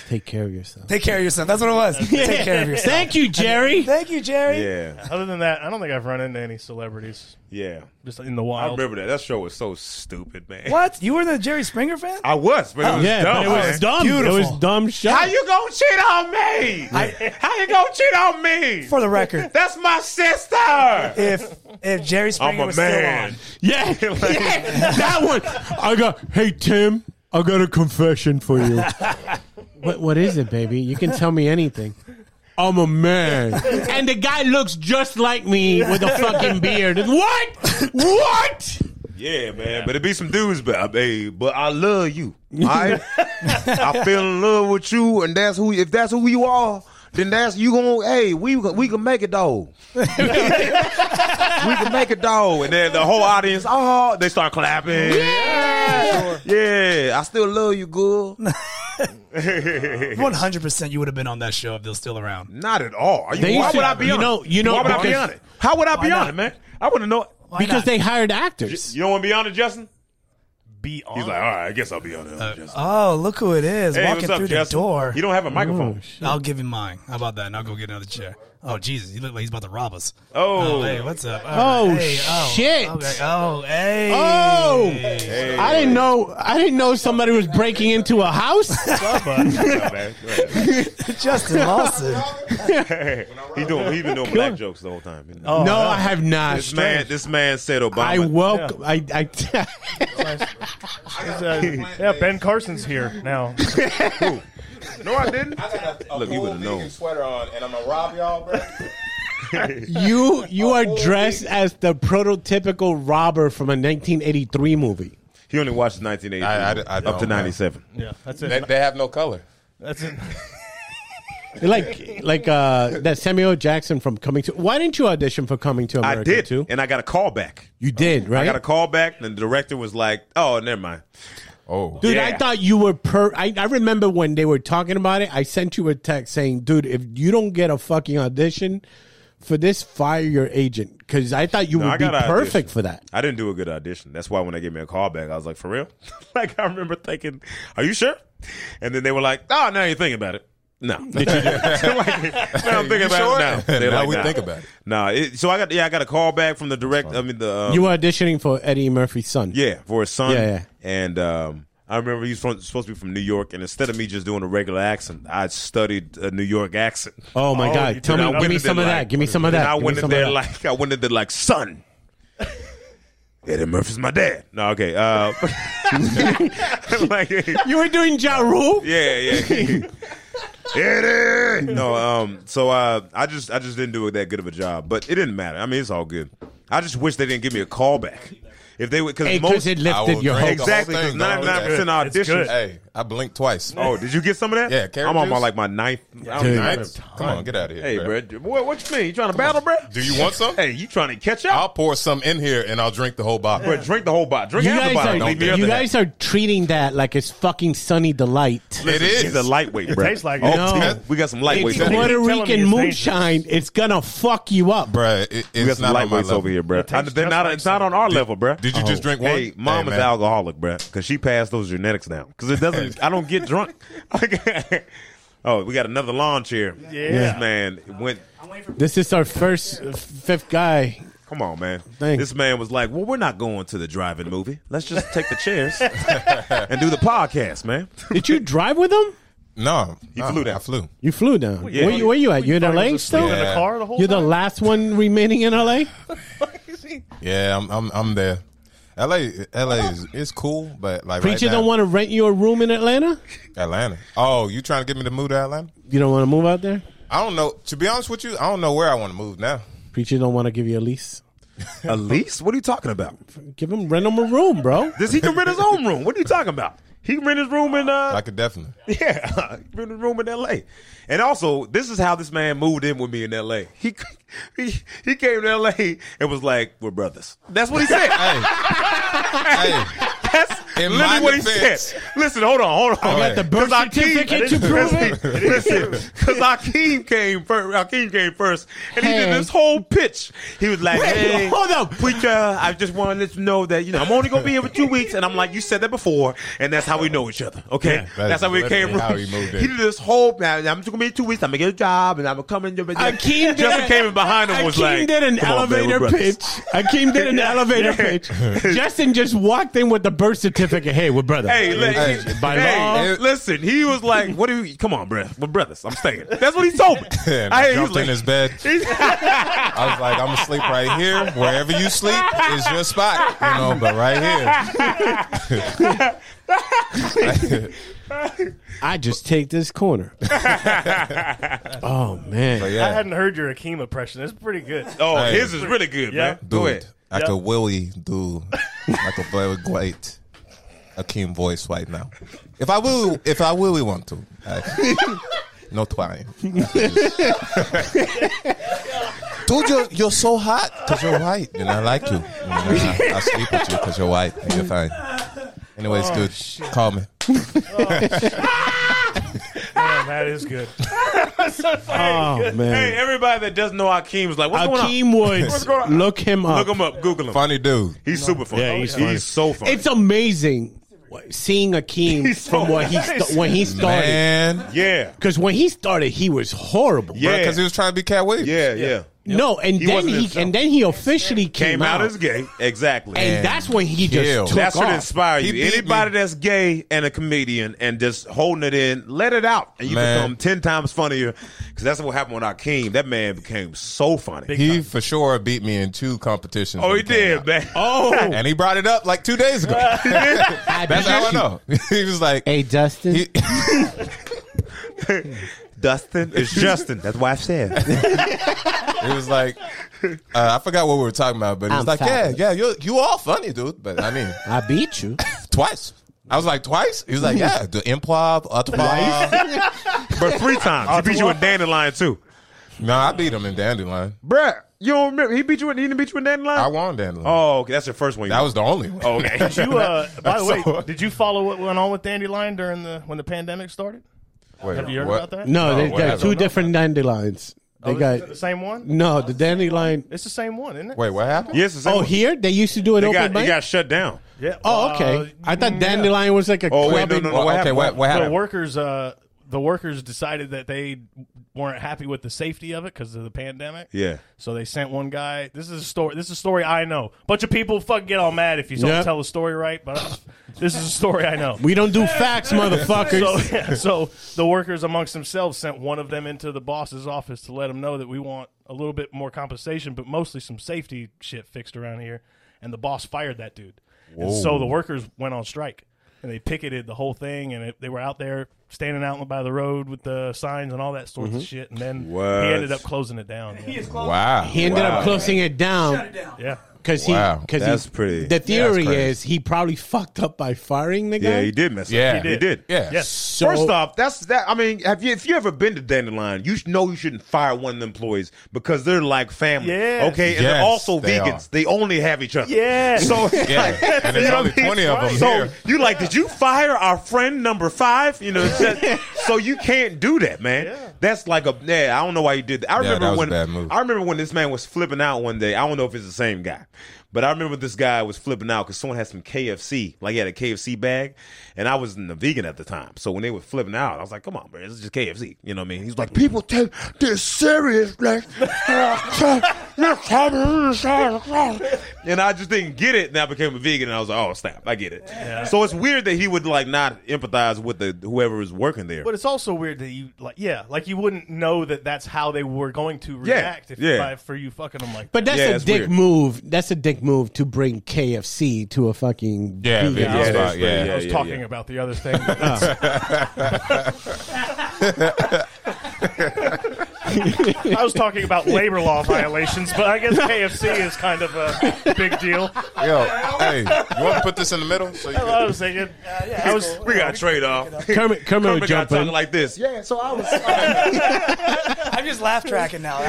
E: Take care of yourself.
B: Take care of yourself. That's what it was. Take care of yourself.
E: Thank you, Jerry.
B: Thank you, Jerry.
A: Yeah,
F: Other than that, I don't think I've run into any celebrities
A: yeah.
F: just in the
A: I
F: wild.
A: remember that. That show was so stupid, man.
B: What? You were the Jerry Springer fan?
A: I was, but it was
E: Yeah,
A: dumb.
E: but it was
A: man.
E: dumb.
B: Beautiful.
E: It was dumb show.
A: How you gonna cheat on me? How you gonna cheat on me?
B: For the record,
A: That's my sister.
B: if if Jerry Springer
A: I'm a
B: was
A: man.
E: Yeah, yeah, that one. I got. Hey Tim, I got a confession for you. what What is it, baby? You can tell me anything. I'm a man, and the guy looks just like me with a fucking beard. What? What?
A: Yeah, man. But it be some dudes, but I, hey, but I love you. I I fell in love with you, and that's who. If that's who you are, then that's you gonna. Hey, we we can make it though. we can make it though, and then the whole audience, oh, they start clapping. Yeah, yeah. I still love you, girl.
B: still on, one hundred percent, you would have been on that show if they're still around.
A: Not at all. Are you-
E: They
A: why
E: used to-
A: would I be
E: you
A: on
E: know-
A: it?
E: you know,
A: why would I be
E: because-
A: on it? How would I be
B: not?
A: on it, man? I wouldn't know.
E: because
B: not?
E: they hired actors.
A: You don't want to be on it, Justin?
F: Be on.
A: He's like, all right, I guess I'll be on it. Justin.
B: Oh, look who it is
A: Hey,
B: walking
A: what's up,
B: through
A: Justin?
B: the door.
A: You don't have a microphone.
B: I'll give him mine. How about that? And I'll go get another chair. Oh Jesus, he looked like he's about to rob us.
A: Oh.
B: hey, what's up?
E: Oh,
B: All right. Hey,
E: shit.
B: okay. Oh, hey.
E: Oh, I didn't know. I didn't know somebody was breaking into a house.
A: man.
B: Justin Lawson.
A: he doing he been doing black jokes the whole time.
F: Oh,
E: no, I have not.
A: this man, this man said Obama.
E: I welcome. I. I
F: He's, uh, yeah, Ben Carson's here now.
A: no, I didn't.
C: I got a, a
A: Look, you
C: full
A: would've
C: vegan
A: known.
C: sweater on, and I'm gonna rob y'all, bro.
E: You you are
C: Oh,
E: dressed
C: yeah.
E: as the prototypical robber from a 1983 movie.
A: He only watched 1980
C: I- I- I
A: up to
C: don't know.
A: 97.
F: Yeah, that's
C: they,
F: it.
C: they have no color.
F: That's it.
E: Like like uh that Samuel Jackson from Coming to Why didn't you audition for Coming to America
A: I did,
E: too?
A: and I got a call back.
E: You did, right?
A: I got a call back, and the director was like, "Oh, never mind."
C: Oh,
E: Dude,
A: Yeah.
E: I thought you were per. I, I remember when they were talking about it. I sent you a text saying, "Dude, if you don't get a fucking audition for this, fire your agent." Because I thought you
A: No, I
E: would be
A: got an audition.
E: perfect for that.
A: I didn't do a good audition. That's why when they gave me a call back, I was like, "For real?" like I remember thinking, "Are you sure?" And then they were like, "Oh, now you think about it." No, did you do I'm thinking
C: You
A: about
C: sure?
A: it now. They're
C: Now
A: like,
C: we
A: "Nah."
C: think about it.
A: Nah, it, so I got yeah, I got a call back from the direct. I mean the um,
E: You were auditioning for Eddie Murphy's son.
A: Yeah, for his son.
E: Yeah, yeah.
A: And um, I remember he was from, supposed to be from New York, and instead of me just doing a regular accent, I studied a New York accent.
E: Oh my
F: Oh, you
E: God! Tell
A: And I
E: me,
A: went
E: give me
A: in there
E: some of
A: like-
E: that. Give me some of
A: and
E: that.
A: I
E: Give me
A: went in
E: some of
A: there
E: that.
A: like I went in there like son. Eddie Murphy's my dad. No, okay. Uh, like,
E: You were doing Ja Rule?
A: yeah, yeah. Eddie. No, um. So uh, I just I just didn't do that good of a job, but it didn't matter. I mean, it's all good. I just wish they didn't give me a call back. If they would,
E: Hey,
A: because most
E: because it
C: I
E: lifted
C: will
E: your
C: drink
E: whole.
C: the
A: Oh, Exactly,
C: whole
A: because
C: thing, dog.
A: ninety nine percent
F: It's good.
A: auditions.
C: Hey, I blinked twice.
A: Oh, did you get some of that?
C: Yeah, carrot
A: I'm on my
C: juice.
A: like my ninth. I'm
E: Dude.
A: ninth.
C: Nice. Come on, get out of here.
A: Hey,
C: bruh.
A: bro, what, what you mean? You trying to battle, bro?
C: Do you want some?
A: Hey, you trying to catch
C: I'll
A: up?
C: pour some in here, and I'll drink the whole bottle.
A: Bro, drink the whole bottle. Drink
E: You
A: half the
E: guys,
A: bottle.
E: are,
A: Leave the
E: you
A: other
E: guys are treating that like it's fucking Sunny Delight.
C: it
A: half.
C: is.
A: He's a lightweight, bro.
F: tastes like
A: oh,
F: it.
E: No.
A: We got some
E: It's
A: lightweights over here.
E: Puerto
F: You're telling me
E: Rican
F: it's
E: moonshine. It's gonna fuck you up, bro.
C: Bruh, it-
A: We got
C: it's
A: some
C: not on my
A: lightweights
C: level.
A: over here, bro.
F: tastes
A: They're
F: just
A: not.
F: like
A: it's not on our level, bro.
C: Did you just drink one?
A: Oh. Hey, mom is
C: man.
A: alcoholic, bro, because she passed those genetics down. Because it doesn't. I don't get drunk. oh, we got another lawn chair.
F: Yeah.
A: This man went.
E: This is our first uh, fifth guy.
A: Come on, man.
E: Thanks.
A: This man was like, "Well, we're not going to the driving movie. Let's just take the chairs and do the podcast, man."
E: Did you drive with him?
C: No, he
A: flew down.
C: I flew.
E: You flew down.
A: Yeah.
E: Where, you, where you at? You in
F: He
E: LA
F: was asleep
E: still?
F: in the
C: Yeah.
F: car the whole
E: You're the
F: time?
E: last one remaining in LA.
C: Yeah, I'm, I'm, I'm there. L.A. L.A. is it's cool, but like
E: Preacher
C: right now,
E: don't want to rent you a room in Atlanta.
C: Atlanta. Oh, you trying to get me to move to Atlanta?
E: You don't want to move out there.
C: I don't know. To be honest with you, I don't know where I want to move now.
E: Preacher don't want to give you a lease.
A: Elise, what are you talking about?
E: Give him rent him a room, bro.
A: This he can rent his own room. What are you talking about?
C: He can rent his room in uh
G: I could definitely.
C: yeah, he rent his room in L.A. And also, this is how this man moved in with me in L.A. He he, he came to L.A. and was like, "We're brothers." That's what he said.
G: Hey, hey,
C: That's
G: In my
C: literally what he
G: defense-
C: said. Listen, hold on, hold on.
G: I got the
E: birth
C: Because Akeem-
E: certificate to prove it.
C: Listen, because Akeem came first. Akeem came first, and he
E: Hey.
C: did this whole pitch. He was like,
E: Wait,
C: "Hey,
E: hold up.
C: preacher, I just want to let you know that you know I'm only gonna be here for two weeks." And I'm like, "You said that before, and that's how we know each other, okay?
G: that's
C: that's how we came
G: literally
C: from."
G: how he moved in.
C: did this whole. "Now, I'm just gonna be here two weeks. I'm gonna get a job, and I'm gonna come in."
E: Akeem did
C: Justin
E: a-
C: came in behind him and was
E: Akeem
C: like,
E: did an
C: "Come on, man, we're
E: elevator
C: brothers."
E: pitch. Akeem did an elevator pitch. Justin just walked in with the birth certificate. Hey, we're brother.
C: Hey, li-
G: Hey,
E: by
C: hey,
E: law.
C: eh, listen, he was like, "What do you? Come on, bruh. We're brothers. I'm staying." That's what he told me.
G: Yeah, I
C: I, he was
G: jumped
C: like,
G: in his bed. I was like, I'm gonna sleep right here. Wherever you sleep is your spot, you know. But right here,
E: I just take this corner. oh man.
G: but
F: I
G: yeah,
F: hadn't heard your Akeem impression. That's pretty good.
C: "Oh,
G: Hey.
C: his is really good,
F: Yeah.
C: man. Go
G: dude,
C: ahead."
G: I
F: Yep.
G: could Willie do like a Blair White, a Akeem voice right now. If I will, if I really want to, I, no twine. Dude, you're, you're so hot because you're white, and I like you. And I, I sleep with you because you're white and you're fine. Anyways,
C: Oh,
G: dude, call me.
F: Man, that is good.
E: Oh
C: Hey,
E: man.
C: everybody that doesn't know Akeem was like, "What's going
E: Akeem Woods.
C: going on?
E: Look him
C: on?"
E: up.
C: Look him up. Google him.
G: Funny dude.
C: He's super funny.
E: Yeah, he's funny.
C: so funny.
E: It's amazing seeing Akeem
C: He's so
E: from what he
C: nice.
E: sta- when he started.
G: Man.
C: yeah,
E: Because when he started, he was horrible.
C: Yeah.
G: Because he was trying to be Cat Williams.
C: yeah, yeah.
E: No, and
C: He
E: then
C: wasn't
E: he
C: himself.
E: and then he officially came,
C: Came out as gay, exactly.
E: and that's when he just
G: Killed.
E: took
C: that should
E: off.
C: inspire
G: He
C: you.
G: beat
C: Anybody
G: me.
C: that's gay and a comedian and just holding it in, let it out, and you
G: Man.
C: become ten times funnier. Because that's what happened with Akeem. That man became so funny.
G: He for sure beat me in two competitions.
C: oh,
G: when
C: he
G: came
C: did,
G: out.
C: man.
E: Oh,
G: And he brought it up like two days ago.
E: I
G: That's
E: bet
G: how I
E: you.
G: know. he was like,
E: Hey, Dustin.
G: he-
C: Dustin, it's Justin. That's why I said.
G: It was like uh, I forgot what we were talking about, but it was
E: I'm
G: like,
E: fabulous.
G: yeah, yeah, you you all funny, dude. But I mean,
E: I beat you.
G: twice. I was like, twice. He was like, yeah, the improv, atwa.
C: but three times. He beat you in Dandelion too.
G: no, I beat him in Dandelion.
C: Bruh, you don't remember. He beat you in, he didn't beat you in
G: I
C: Dandelion?
G: won Dandelion.
C: oh, okay. That's your first one. you
G: That
C: won.
G: was the only
A: Oh,
G: one.
C: Okay.
F: Did you, uh, by the way,
G: So-
F: did you follow what went on with Dandelion during the when the pandemic started?
G: Wait,
F: Have you heard
G: what?
F: about that?
E: No, they
G: whatever.
E: got two different dandelions. They
F: Oh,
E: got
F: is it the same one.
E: no the dandelion.
F: It's the same one, isn't it?
G: Wait, what happened?
C: yes, it's
E: Oh, here they used to do an
C: It
E: open
C: got,
E: mic.
C: it got shut down.
F: Yeah.
E: oh, okay.
F: Uh,
E: I thought
F: yeah.
E: dandelion was like a
C: Oh,
E: club.
C: wait, no,
E: in-
C: no,
G: Well,
C: no. What
G: okay,
C: happened?
G: what, what
F: the
G: happened?
F: workers uh the workers decided that they weren't happy with the safety of it because of the pandemic.
C: Yeah.
F: So they sent one guy. This is a story. This is a story I know. Bunch of people fucking get all mad if you don't
E: Yep.
F: tell the story right, but this is a story I know.
E: We don't do facts, motherfuckers.
F: So, yeah, so the workers amongst themselves sent one of them into the boss's office to let him know that we want a little bit more compensation, but mostly some safety shit fixed around here. And the boss fired that dude. And so the workers went on strike and they picketed the whole thing. And it, they were out there standing out by the road with the signs and all that sorts
E: Mm-hmm.
F: of shit. And then
C: What?
F: he ended up closing it down. Yeah.
G: Wow.
E: he ended
G: Wow.
E: up closing it down
H: down.
F: Yeah.
E: because
G: Wow.
E: he because
C: That's
E: he,
C: pretty-
E: The
C: that's
E: theory
G: crazy.
E: is he probably fucked up by firing the guy.
C: Yeah, he did mess
G: Yeah.
C: up. He did.
G: Yeah.
F: Yes.
E: So-
C: First off, that's that. I mean, have you if you ever been to Dandelion, you sh- know you shouldn't fire one of the employees because they're like family.
F: Yes.
C: Okay, and they're
G: Yes,
C: also
G: they
C: vegans.
G: are.
C: They only have each other.
F: Yeah.
C: So
G: Yeah. And there's only 20 of them
C: so
G: here.
C: you like, did you fire our friend number five? You know, so- so you can't do that, man. That's like a yeah. I don't know why you did that. I
G: Yeah,
C: remember
G: that was a
C: when
G: bad move.
C: I remember when this man was flipping out one day. I don't know if it's the same guy, but I remember this guy was flipping out because someone had some KFC, like he had a KFC bag, and I was a vegan at the time. So when they were flipping out, I was like, "Come on, bro, this is just KFC." You know what I mean? He's like, "People take this serious, like, and I just didn't get it, and I became a vegan, and I was like, "Oh, snap, I get it." So it's weird that he would like not empathize with the whoever is working there.
F: But it's also weird that you like, yeah, like you wouldn't know that that's how they were going to react if
C: yeah.
F: by- for you fucking them like.
E: But that's
C: Yeah,
E: a
C: it's
E: dick
C: weird.
E: move. That's a dick move to bring KFC to a fucking
G: Yeah,
E: vegan
G: vegan
C: Yeah,
G: spot,
C: that's
G: yeah.
C: pretty-
F: I was
C: yeah,
F: talking
C: yeah.
F: about the other thing. I was talking about labor law violations, but I guess KFC is kind of a big deal.
C: Yo, hey,
G: You want to put this in the middle? So you
F: That's what I was thinking. uh, I was
A: We got trade off.
E: Kermit, Kermit would
A: Kermit got
E: jump in.
A: talking like this. Yeah, so I was.
B: I'm just laugh tracking now. I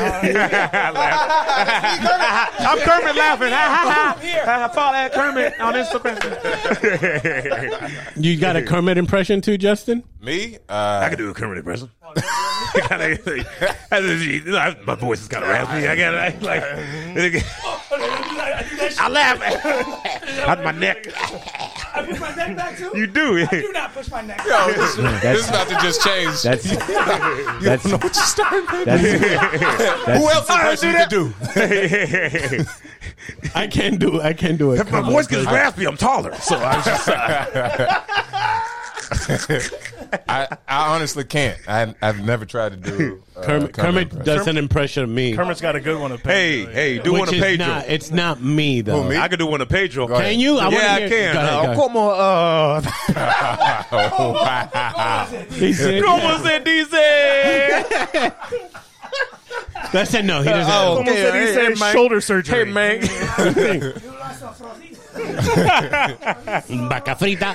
B: don't-
A: I'm Kermit laughing. Ha ha ha. Follow at Kermit on Instagram.
E: You got a Kermit impression too, Justin?
G: me? Uh,
A: I could do a Kermit impression. Kinda- I- My voice is kind of raspy. I got I- like. I laugh. At my neck.
B: I push my neck back too.
A: You do.
B: do not push my neck.
G: yo, this,
E: that's-
G: this is about to just change.
E: That's that's that's-
G: Who else is you to do?
E: I can do I can do it.
A: My voice gets raspy. I'm taller. So I just.
G: I, I honestly can't. I, I've never tried to do uh,
E: Kermit, Kermit,
G: impression.
E: does an impression of me,
F: Kermit's got a good one. Of
A: Hey, hey, do
E: which
A: one of
E: is
A: Pedro.
E: not it's not me though.
G: Who, me?
A: I could do one of Pedro.
G: Go ahead.
E: Can you? I wanna
A: yeah, I
E: hear-
A: can.
E: Go ahead,
A: Uh,
E: go ahead.
A: como, uh,
G: Oh, wow.
E: He said-
A: como se dice?
E: That's said no. He doesn't.
A: Oh.
F: Almost
A: Hey,
F: said he
A: hey,
F: said
A: hey, Mike.
F: shoulder surgery.
A: man.
E: Vaca frita.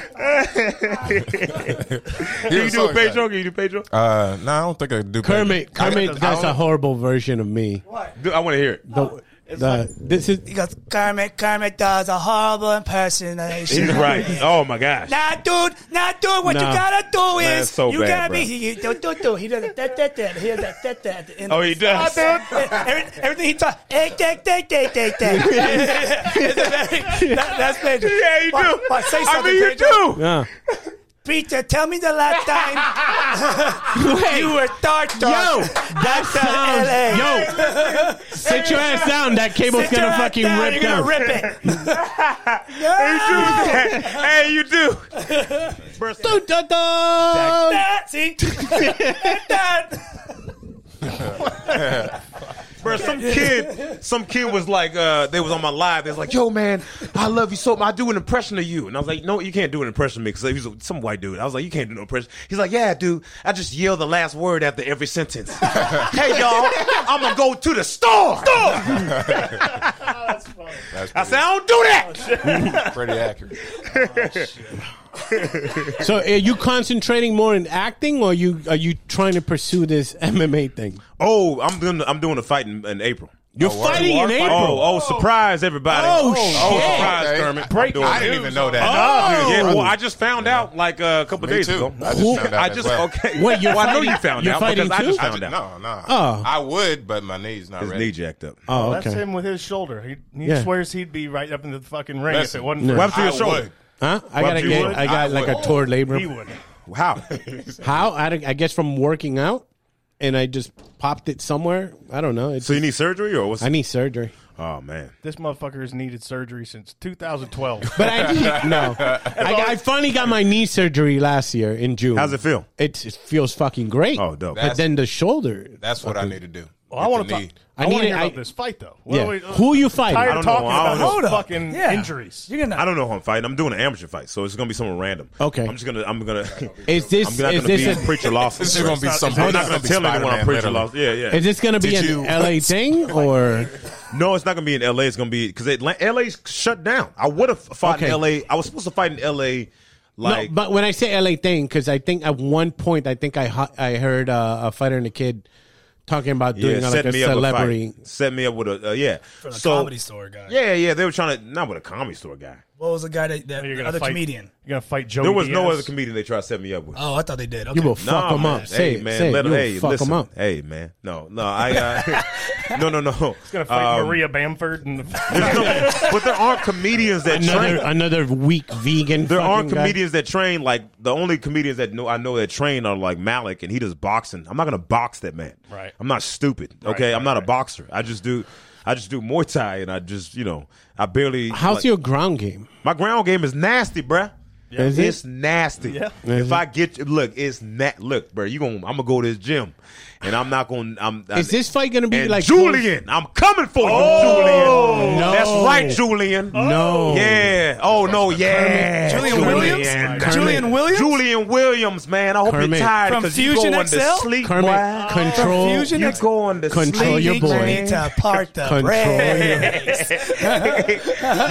A: Can you do a
G: Sorry,
A: Pedro? Can you do Pedro?
G: Uh, no, I don't think I could do
E: Kermit,
G: I-
E: Kermit
G: I
E: does a
G: don't-
E: horrible version of me.
A: Do- I want to hear it.
E: The, the, this is
B: He goes, Kermit, Kermit does a horrible impersonation.
A: He's right. Oh my gosh.
B: Nah, dude, nah, dude, what
E: Nah.
B: you gotta do
A: Man,
B: is
A: it's so
B: you
A: bad,
B: gotta
A: bro.
B: be he, he, do, do, do. he does that that that he does that that that at the end.
A: Oh, he does.
B: Every, everything he eh, talks, hey, that that that that that. It's very- that- That's Pedro.
A: Yeah, you
B: Why-
A: do.
B: why- say
A: I
B: something,
A: mean, you
B: Pedro.
A: do.
E: uh,
B: Peter, tell me the last time you were dark,
E: yo.
B: dark.
E: That sounds yo. Sit your ass down. That cable's
B: Sit your
E: gonna
B: ass
E: fucking
B: down,
E: rip
B: You're gonna
E: down.
B: rip it.
A: You do that. Hey, you do.
E: Du- du- du.
B: That- See? That-
A: Bro, some kid, some kid was like, uh, they was on my live. They was like, "Yo, man, I love you so. much. I do an impression of you." And I was like, "No, you can't do an impression of me because he was some white dude." I was like, "You can't do no impression." He's like, "Yeah, dude, I just yell the last word after every sentence." hey, y'all, I'm gonna go to the store. Store.
G: That's
A: I
G: pretty,
A: said, "I don't do that."
G: pretty accurate.
E: So, are you concentrating more in acting, or you are you trying to pursue this MMA thing?
A: Oh, I'm doing, I'm doing a fight in, in April.
E: You're fighting in April.
A: Oh, oh, surprise, everybody!
E: Oh, shit.
A: surprise,
G: Okay.
A: Kermit!
G: Break
A: I'm doing
G: I
A: it.
G: didn't even know
A: oh.
G: that.
A: Yeah,
E: Oh,
A: well, I just found out like uh, a couple
G: Me
A: days
G: too.
A: ago.
G: I just found out
A: I
G: as
A: just
G: well.
A: okay.
E: Wait, you're
A: well, I know
E: fighting-
A: you found
E: you're
A: out because
E: fighting
A: I just
E: too?
G: I
A: found
G: just,
A: out.
G: no, no.
E: Oh.
G: I would, but my knee's not
A: His
G: ready.
A: knee jacked up.
E: Oh,
F: That's
E: okay.
F: him with his shoulder. He, he
E: Yeah.
F: swears he'd be right up in the fucking ring
G: Listen,
F: if it wasn't for
A: Web through your
G: I
A: shoulder.
G: would.
E: Huh? I got a
A: you
E: ga-
A: would?
E: I got
G: I
E: like a
G: would.
E: torn
F: He
E: labrum.
F: would.
A: How?
E: How? I, don't- I guess from working out, and I just popped it somewhere. I don't know. It's,
A: so you need surgery or what's?
E: I need surgery,
A: oh man,
F: This motherfucker has needed surgery since 2012.
E: but I need, no. I, I finally got my knee surgery last year in June.
A: how's it feel?
E: It, it feels fucking great.
A: Oh, dope.
E: But then the shoulder.
G: That's what I need to do.
F: Well, I want to talk. I,
E: I
F: want
E: need
F: to
E: it-
F: hear about
E: I-
F: this fight though. What
E: Yeah.
F: are we-
E: Who you fighting?
F: tired
A: I
F: of
A: don't know.
F: talking
A: I don't
F: about
A: know.
F: his
A: Hold
B: up.
F: fucking
B: Yeah.
F: injuries?
B: You're gonna.
A: I don't know who I'm fighting. I'm doing an amateur fight, so it's gonna be someone random.
E: Okay.
A: I'm just gonna. I'm gonna.
E: Is this
A: I'm not
E: is
A: gonna
E: this
A: be
E: a,
A: preacher lost.
G: This is going to be something.
A: I'm not gonna tell anyone I'm preacher lost. Yeah, yeah.
E: is this gonna be
G: Did
E: an
G: you-
E: LA thing or
A: No, it's not gonna be in LA. It's gonna be because LA's shut down. I would have fought in
E: Okay.
A: LA. I was supposed to fight in LA. Like
E: no? But when I say LA thing, because I think at one point I think I hu- I heard uh, a fighter and a kid talking about doing uh,
A: yeah,
E: like
A: set
E: a
A: me up with
E: celebrity.
A: fight. Set me up with a uh, yeah.
B: For the
A: so
B: comedy store guy.
A: yeah, yeah, they were trying to not with a comedy store guy.
B: What was the guy that, that
F: You're
B: the
F: gonna
B: other
F: fight,
B: comedian?
F: You're gonna fight Joey.
A: There was no
F: Diaz.
A: other comedian they tried to set me up with.
B: Oh, I thought they did. Okay.
E: You will fuck them
A: man.
E: up. Say
A: hey
E: it,
A: man,
E: say it.
A: let
E: You
A: him.
E: will
A: Hey,
E: fuck
A: listen.
E: them up.
A: Hey man, no, no, I uh, no, no, no. It's
F: Gonna fight Maria Bamford and the,
A: but there aren't comedians that
E: Another
A: train.
E: another weak vegan.
A: There aren't
E: fucking guy.
A: comedians that train like the only comedians that know I know that train are like Malik and he does boxing. I'm not gonna box that man.
F: Right.
A: I'm not stupid. Okay. I'm not a boxer. I just do. I just do Muay Thai and I just you know I barely.
E: How's
A: like-
E: your ground game?
A: My ground game is nasty, bruh.
E: Is it?
C: It's nasty. If I get look, it's na- look, bro. You gonna I'm gonna go to this gym, and I'm not gonna. I'm.
E: Is this fight gonna be
C: and
E: like Oh.
C: Julian? I'm coming for you, Julian.
E: no.
C: That's right, Julian.
E: No.
C: Yeah. Oh no. Yeah.
B: Julian Williams?
C: Julian.
B: Julian Williams?
C: Julian Williams, man. I hope
E: Kermit.
C: you're tired
B: From
C: because you
B: Fusion
C: going to
B: XL?
C: sleep.
E: Kermit,
C: boy.
E: control,
B: Fusion
C: You going to
E: Control
C: sleep,
E: your boy.
C: man.
B: Need to part the
E: Control
B: bread.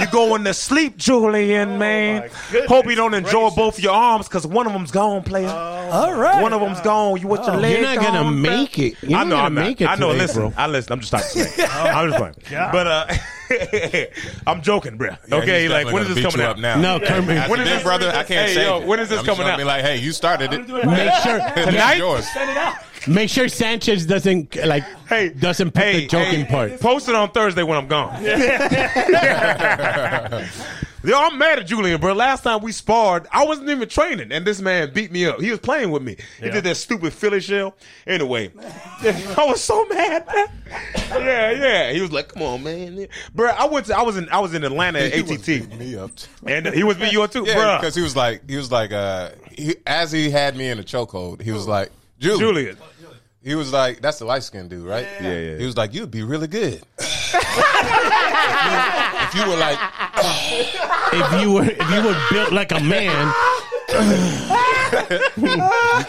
C: you going to sleep, Julian, man. Hope you don't enjoy both your arms because one of them's gone, player.
B: All right.
C: one of them's gone. You with your leg
E: Oh. You're not gonna
C: gone, bruh.
E: make it. You're
C: I
E: not
C: know.
E: gonna
C: I'm not.
E: make it
C: I know.
E: today,
C: listen,
E: bro.
C: I listen. I'm just talking. Smack.
G: Oh,
C: I'm just playing. But uh, I'm joking, bro. Okay,
G: he's
C: like when
G: definitely gonna
C: is this
G: beat
C: coming
G: you
C: out?
G: up now?
E: No, Kermit.
G: After
C: When is
G: this,
C: this-
G: brother? I can't
C: Hey,
G: say
C: yo,
G: it.
C: when is this
G: I'm just
C: coming
G: gonna
C: out?
G: Be like, hey, you started it.
E: Make sure,
C: Tonight?
G: That's yours.
E: make sure Sanchez doesn't like
C: Hey,
E: doesn't put
C: hey,
E: the joking
C: hey,
E: part.
C: Post it on Thursday when I'm gone. Yo, I'm mad at Julian, bro. Last time we sparred, I wasn't even training, and this man beat me up. He was playing with me. He did that stupid Philly shell. Anyway, I was so mad. man. yeah, yeah. He was like, "Come on, man, bro." I went. To, I was in. I was in Atlanta at
G: He was beating
C: ATT,
G: me up.
C: and he was beating you up too,
G: Yeah,
C: bro.
G: because he was like, he was like, uh, he, as he had me in a chokehold, he was like, Julian.
C: Julian,
G: He was like, that's the light skinned dude, right? Yeah,
C: yeah, yeah.
G: He was like, you'd be really good. if, you, if you were like,
E: If you were if you were built like a man,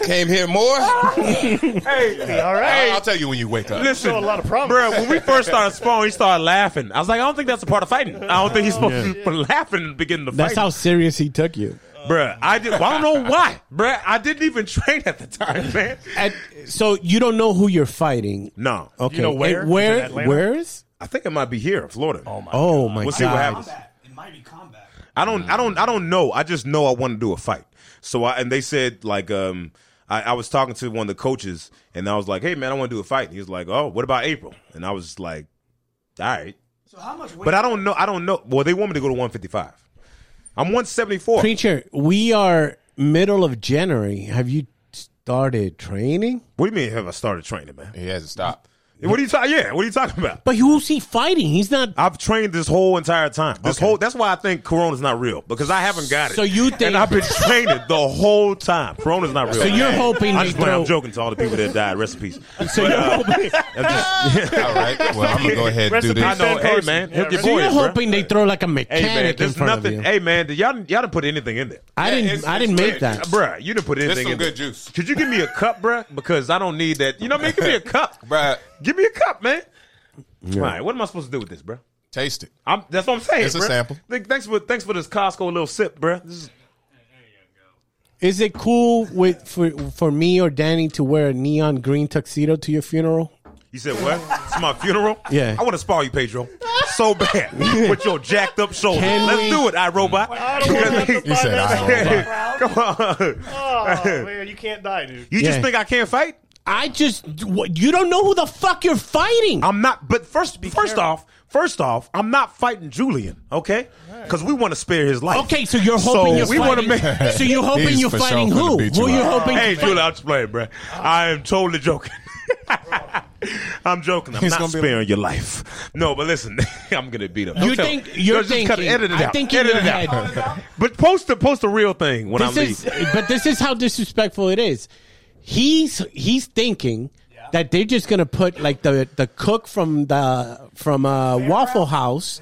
G: came here more, I-
C: hey, all right.
G: I'll tell you when you wake up.
C: Listen,
F: Show a lot of promise.
C: Bro, when we first started sparring, he started laughing. I was like, I don't think that's a part of fighting. I don't think he's supposed to be laughing and begin the
E: that's
C: fight.
E: how serious he took you.
C: Bruh, I did. I don't know why, bruh. I didn't even train at the time, man.
E: At, so you don't know who you're fighting.
C: No,
E: Okay.
F: know
E: And
F: where? Is it
E: Where?
F: Atlanta?
E: Where's?
C: I think it might be here, in Florida. Oh my.
E: Oh my
C: We'll
E: god.
C: see what happens.
B: It might be combat.
C: I don't. I don't. I don't know. I just know I want to do a fight. So I and they said like um. I, I was talking to one of the coaches, and I was like, "Hey, man, I want to do a fight." And he was like, "Oh, what about April?" And I was like, "All right,"
B: So how much weight?
C: but I don't know. I don't know. Well, they want me to go to 155. I'm 174.
E: Preacher, we are middle of January. Have you started training?
C: What do you mean? Have I started training, man?
G: He hasn't stopped.
C: What are you talking? Yeah, what are you talking about?
E: But who's he fighting? He's not.
C: I've trained this whole entire time. This whole that's why I think Corona's not real because I haven't got it.
E: So you think-
C: And I've been training the whole time. Corona's not real.
E: So you're hoping they
C: I'm just playing. I'm
E: throw.
C: joking to all the people that died. Rest in peace.
E: So you're
C: uh,
E: hoping.
C: I'm just,
G: All right. Well, I'm going to go ahead and do
F: Recipe
C: I
F: said-
G: this.
C: know.
F: Same
C: Hey
F: person.
C: man,
F: Yeah,
C: help your
F: right. So
C: boy,
E: You're
C: bro.
E: hoping they throw like a
C: Hey man,
E: mechanic in
C: there's
E: front
C: nothing.
E: of you.
C: Hey man, y'all y'all didn't put anything in there.
E: I
G: it's-
E: didn't. I didn't
G: it's
E: make
G: good.
E: that.
C: Bruh, you didn't put anything
G: There's some
C: in there.
G: good juice.
C: Could you give me a cup, bruh? Because I don't need that. You know what I mean? Give me a cup.
G: Bruh,
C: Give me a cup, man. All right, what am I supposed to do with this, bruh?
G: taste it.
C: I'm, that's what I'm saying.
G: It's a
C: bruh.
G: sample.
C: Th- Thanks for thanks for this Costco little sip, bruh. This is
E: Is it cool with for for me or Danny to wear a neon green tuxedo to your funeral?
C: You said what? it's my funeral.
E: Yeah.
C: I want to spar you, Pedro, so bad with your jacked up shoulder.
E: Can
C: Let's
E: we-
C: do it, I robot.
F: I don't want to
G: He said, I don't know.
C: Come on.
F: Oh, man, you can't die, dude.
C: You just
E: Yeah.
C: think I can't fight?
E: I just wh- you don't know who the fuck you're fighting.
C: I'm not. But first, first off, first off, I'm not fighting Julian, okay? Because we want to spare his life.
E: Okay, so you're hoping
C: So
E: you're
C: we wanna
E: fighting.
C: make-
E: so you're hoping
G: He's
E: you're
G: for sure
E: fighting
G: gonna
E: who?
G: beat
E: Who
G: you
E: you're
G: up.
E: hoping?
C: Hey,
E: to fight?
C: Julian, I'm just playing, bruh. I am totally joking. I'm joking. I'm
G: He's
C: not
G: gonna be
C: sparing your life. No, but listen, I'm gonna beat him.
E: You
C: Don't tell
E: think-
C: him.
E: you're
C: Just cut
E: thinking.
C: it, edit it
E: I
C: out.
E: think in
C: edit
E: your
C: it out.
E: head.
C: But post the post the real thing when
E: This
C: I
E: is,
C: leave.
E: but this is how disrespectful it is. He's he's thinking that they're just gonna put like the the cook from the from uh, Waffle House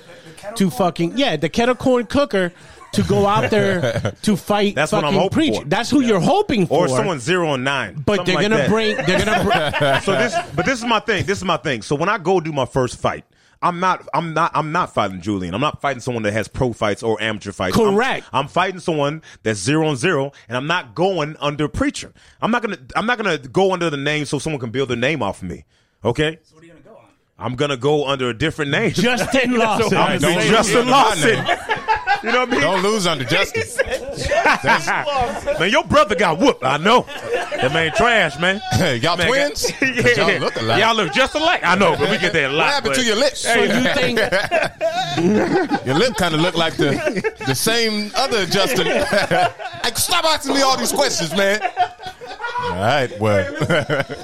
E: to fucking yeah the kettle corn cooker to go out there to fight.
C: That's what
E: fucking
C: I'm hoping
E: preacher.
C: for.
E: That's who you're hoping for.
C: Or someone zero and nine.
E: But
C: something
E: they're
C: like
E: gonna
C: that.
E: bring. They're gonna. Bring,
C: So this, but this is my thing. This is my thing. So when I go do my first fight, I'm not, I'm not, I'm not fighting Julian. I'm not fighting someone that has pro fights or amateur fights. I'm-
E: Correct.
C: I'm, fighting someone that's zero and zero, and I'm not going under preacher. I'm not gonna, I'm not gonna go under the name so someone can build their name off of me. Okay.
B: What are you gonna go on?
C: I'm gonna go under a different name.
E: Justin Lawson.
C: I'm
G: Don't lose
C: Justin
G: under my
C: Lawson.
G: name.
C: You know what I mean?
G: Don't lose under justice.
C: Man, your brother got whooped. I know. That man trash, man.
G: Hey, y'all
C: Man,
G: twins?
C: got-
G: But Y'all look alike.
C: Y'all look just alike. I know, but we get that a lot.
G: what happened
C: but-
G: to your lips?
E: So you think
G: Your lip kind of look like the the same other Justin. like, stop asking me all these questions, man. All right, well,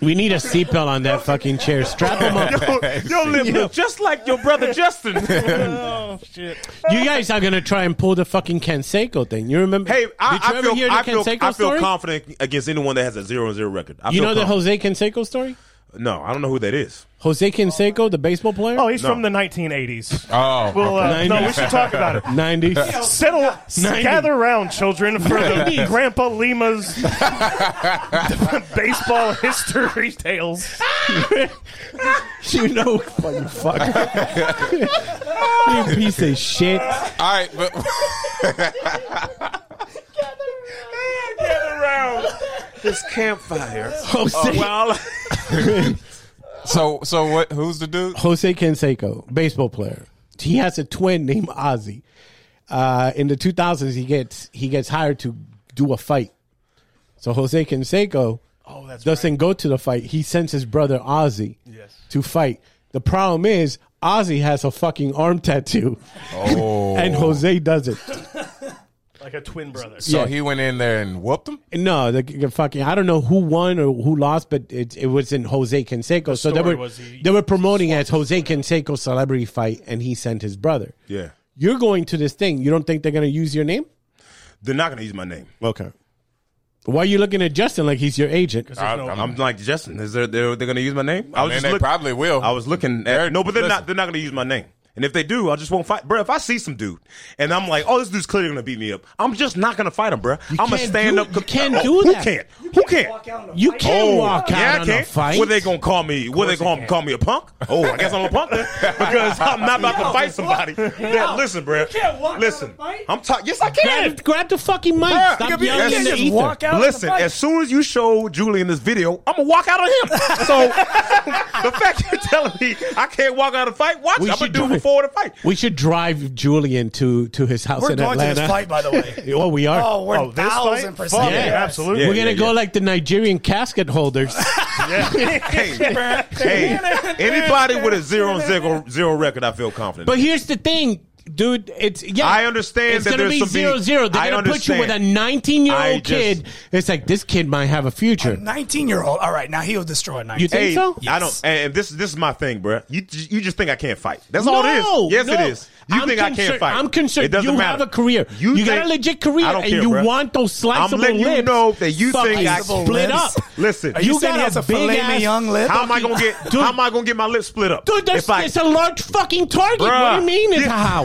E: We need a seatbelt on that fucking chair. Strap him up.
C: Your lip look just like your brother Justin.
F: Oh shit!
E: You guys are gonna try and pull the fucking Canseco thing. You remember?
C: hey, I,
E: Did you
C: I
E: ever
C: feel
E: hear the
C: I feel,
E: Canseco
C: I feel
E: story?
C: confident against anyone that has a zero and zero record. I
E: You
C: feel
E: know the
C: confident.
E: Jose Canseco story?
C: No, I don't know who that is.
E: Jose Canseco, the baseball player.
F: Oh, he's
C: No.
F: from the 1980s.
G: oh,
F: Well, uh, no, we should talk about it.
E: 90s.
F: Settle,
E: Ninety.
F: gather around, children, for the Grandpa Lima's baseball history tales.
E: you know, fucking fuck. you piece of shit.
G: all right, but
C: This campfire.
E: Jose,
F: Oh,
C: Well,
G: so so what? Who's the dude?
E: Jose Canseco, baseball player. He has a twin named Ozzy. Uh, in the 2000s, he gets he gets hired to do a fight. So Jose Canseco
F: Oh, that's
E: doesn't go to the fight. He sends his brother Ozzy
F: Yes.
E: to fight. The problem is Ozzy has a fucking arm tattoo,
G: Oh,
E: and Jose doesn't.
F: Like a twin brother.
G: so
E: yeah.
G: he went in there and whooped him.
E: No, the, the fucking I don't know who won or who lost, but it, it was in Jose Canseco. So they
F: story
E: were
F: was he-
E: they were promoting as Jose Canseco celebrity fight, and he sent his brother.
C: yeah,
E: You're going to this thing. You don't think they're going to use your name?
C: they're not gonna use my name.
E: Okay. Why are you looking at Justin like he's your agent?
F: There's no-
C: I'm like Justin. Is there they're, they're gonna use my name? I was
G: Man,
C: just
G: they
C: look-
G: probably will.
C: I was looking
G: They're-
C: at no, but they're
G: listen.
C: not. They're not gonna use my name. And if they do, I just won't fight, bro. If I see some dude and I'm like, "Oh, this dude's clearly gonna beat me up," I'm just not gonna fight him, bro. I'm gonna
E: can't
C: stand
E: do-
C: up.
E: you can't
C: Oh,
E: do
C: who
E: that.
C: Can't? Who can't?
E: You can't walk out
C: Oh. yeah, I
E: on
C: can.
E: a fight.
C: What they gonna call me? What they gonna call me a punk? Oh, I guess I'm a punk then, because I'm not about to fight somebody. Yeah, listen, bro.
D: can't walk out
C: listen,
D: on a fight?
C: I'm talking. Yes, I can.
E: grab, grab the fucking mic.
C: Bruh,
E: Stop
C: you
E: yelling
C: can't
E: in the
C: just
E: ether.
B: walk out.
C: Listen, as soon as you show Julian this video, I'm gonna walk out on him. So the fact you're telling me I can't walk out of the fight, watch,
E: We
C: I'm gonna
E: should
C: do it
E: drive-
C: before the fight.
E: We should drive Julian to to his house
B: We're
E: in
B: going
E: Atlanta.
B: to this fight, by the way.
E: Oh, we are.
B: Oh, we're
F: Oh, this
B: thousand
F: fight? Fuck
B: percent.
F: yeah,
E: Yeah.
F: absolutely.
E: we're gonna
C: yeah,
E: go
C: yeah.
E: like the Nigerian casket holders.
C: Hey, hey, anybody with a zero and zero zero record, I feel confident.
E: But here's the thing, dude. It's yeah.
C: I understand
E: It's
C: that
E: gonna
C: there's
E: be
C: some
E: zero
C: beat.
E: zero. They're
C: I
E: gonna put you with a
C: understand.
E: 19 year
C: I
E: old
C: just-
E: kid. It's like this kid might have a future.
B: Nineteen-year-old. All right, now he'll destroy a nineteen.
E: You think
C: hey,
E: so?
C: I don't. And and this this is my thing, bruh. You you just think I can't fight? That's all
E: No,
C: it is. Yes,
E: no.
C: it is. You
E: I'm
C: think I
E: concerned-
C: can't fight?
E: I'm concerned.
C: It doesn't
E: You
C: matter.
E: have a career. You got a legit career,
C: I don't
E: and
C: care,
E: you
C: bruh.
E: want those
C: I'm
E: sliceable
C: letting you
E: lips
C: know that you think I
E: fucking split up.
C: Listen,
B: Are you,
E: You
B: saying
E: got
B: he has
E: a
B: a filet
E: big ass-
B: mignon lip?
C: How am I gonna get?
E: Dude.
C: how am I gonna get my lips split up?
E: Dude, that's,
C: If I-
E: that's a large fucking target. What do
C: Bruh.
E: you mean it's how?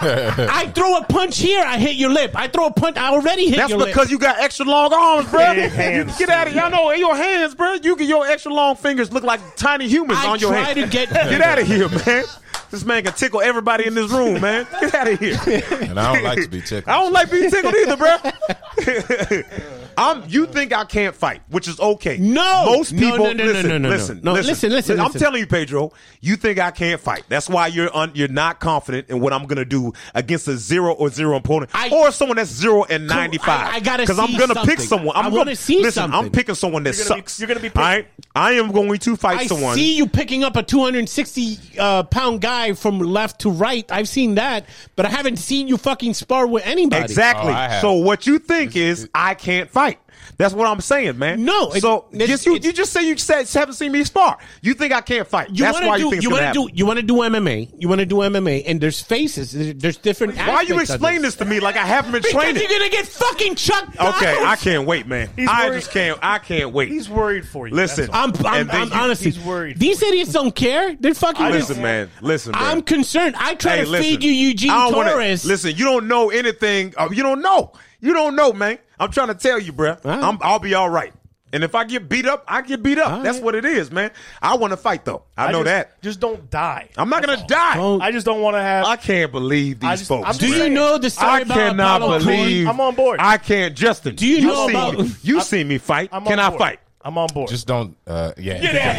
E: I throw a punch here, I hit your lip. I throw a punch, I already hit
C: that's
E: your lip.
C: because you got extra long arms, bro.
F: Big hands.
C: Get out of y'all know your hands, bro. You get your extra long fingers look like tiny humans
E: I
C: on your
E: try
C: hands.
E: to get-
C: get out of here, man. This man can tickle everybody in this room, man. Get out of here.
G: And I don't like to be tickled.
C: I don't like being tickled either, bro. I'm. You think I can't fight, which is okay.
E: No.
C: most
E: No,
C: people
E: no, no, no,
C: listen,
E: no, no, no.
C: listen,
E: No,
C: listen,
E: listen, listen,
C: I'm
E: listen.
C: telling you, Pedro. You think I can't fight? That's why you're un, you're not confident in what I'm gonna do against a zero or zero opponent,
E: I-
C: or someone that's zero and ninety five.
E: I- I gotta
C: I'm
E: see
C: gonna pick
E: something.
C: someone. I'm
E: I
C: gonna
E: wanna see
C: listen,
E: something.
C: I'm picking someone that
F: You're gonna be-
C: sucks.
F: you're gonna be picked.
C: All right, I am going to fight
E: I
C: someone.
E: see you picking up a 260 uh, pound guy from left to right. I've seen that, but I haven't seen you fucking spar with anybody.
C: Exactly.
G: Oh, I have.
C: so what you think is I can't fight. That's what I'm saying, man.
E: No, it-
C: So
E: it's-
C: yes, you
E: it's-
C: you just say you said haven't seen me spar. You think I can't fight?
E: You
C: That's
E: want to
C: why
E: do
C: you think
E: you
C: it's gonna
E: want to
C: happen.
E: do you want to do MMA. You want to do MMA, and there's faces. There- There's different.
C: why you
E: aspects of
C: explain this to me like I haven't been
E: Because
C: training?
E: you're gonna get fucking chucked.
C: Okay,
E: out.
C: I can't wait, man.
F: He's
C: I
F: worried-
C: just can't. I can't wait.
F: He's worried for you.
C: Listen,
F: that's
E: I'm,
F: all.
E: I'm,
C: And then
E: I'm
C: you-
E: honestly
F: he's worried.
E: These idiots don't care. They're fucking. just-
C: listen, man. Listen, man.
E: I'm concerned. I try
C: Hey,
E: to
C: listen,
E: feed you Eugene
C: I don't wanna-
E: Torres.
C: listen, you don't know anything. Uh, you don't know. You don't know, man. I'm trying to tell you, bruh.
E: right.
C: I'm, I'll be all right. And if I get beat up, I get beat up.
E: All
C: That's
E: right.
C: what it is, man. I want to fight though. I, know
F: just,
C: that.
F: Just don't die.
C: I'm not
F: That's
C: gonna
F: all.
C: die.
E: Don't-
F: I just don't want to have.
C: I can't believe these
F: I just-
C: folks.
F: I'm
E: Do
F: just
E: you
F: saying.
E: know the story
C: I
E: about
C: cannot
E: Apollo Creed?
C: believe.
F: I'm on board.
C: I can't, Justin.
E: Do you know
C: seen
E: about-
C: me, you seen me fight?
F: I'm on
C: Can I
F: board.
C: fight?
F: I'm on board.
G: Just don't. Uh, yeah.
C: Get out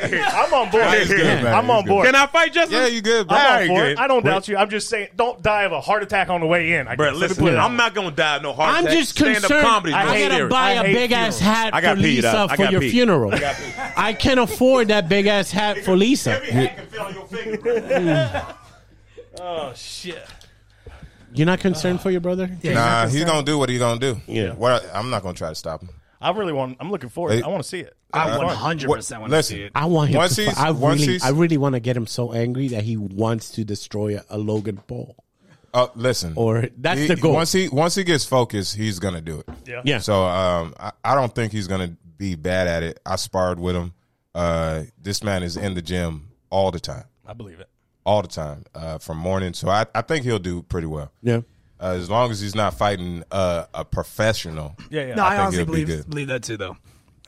C: of here.
F: I'm on board.
C: He's good,
G: man.
F: I'm
G: He's
F: on
G: good.
F: board.
C: Can I fight, Justin?
G: Yeah, you good, bro.
C: All
F: I'm
C: right,
F: on board.
C: good.
F: I don't doubt you. I'm just saying, don't die of a heart attack on the way in. I
C: Bro,
F: guess. Let me
C: listen,
F: put it out.
C: I'm not gonna die of no heart
E: I'm
C: attack.
E: just
C: Stand-up
E: concerned.
C: Comedy,
E: I,
C: no
E: gotta
C: theater.
E: buy
F: I
E: a
F: hate
E: big ass
F: funerals.
E: hat
C: I got
E: for
C: peed
E: Lisa
C: up. I
E: for
C: got
E: your
C: peed.
E: funeral. I,
C: got peed.
E: can't afford that big ass hat for Lisa.
C: Mm. Every hand can fit on your finger, bro.
F: Oh shit.
E: You're not concerned for your brother?
B: Yeah,
G: Nah,
B: exactly.
G: he's gonna do what he's gonna do.
E: Yeah.
G: What I'm not gonna try to stop him.
F: I really want. I'm looking forward.
G: Hey.
F: I want to see it.
B: I
F: It'll be
B: one
F: fun.
B: hundred percent want to
G: listen.
B: see it.
E: I want him.
G: Once
E: to,
G: he's-
E: I
G: once
E: really,
G: he's-
E: I really want to get him so angry that he wants to destroy a, a Logan Paul.
G: Uh, listen.
E: Or that's
G: he-
E: the goal.
G: Once he once he gets focused, he's gonna do it.
F: Yeah.
E: Yeah.
G: So um, I, I don't think he's gonna be bad at it. I sparred with him. Uh, this man is in the gym all the time,
F: I believe it.
G: all the time, uh, from morning. So I, I think he'll do pretty well.
E: yeah.
G: Uh, as long as he's not fighting uh, a professional.
F: Yeah, yeah.
B: No, I, honestly
G: it'll be
B: believe
G: good.
B: believe that too, though.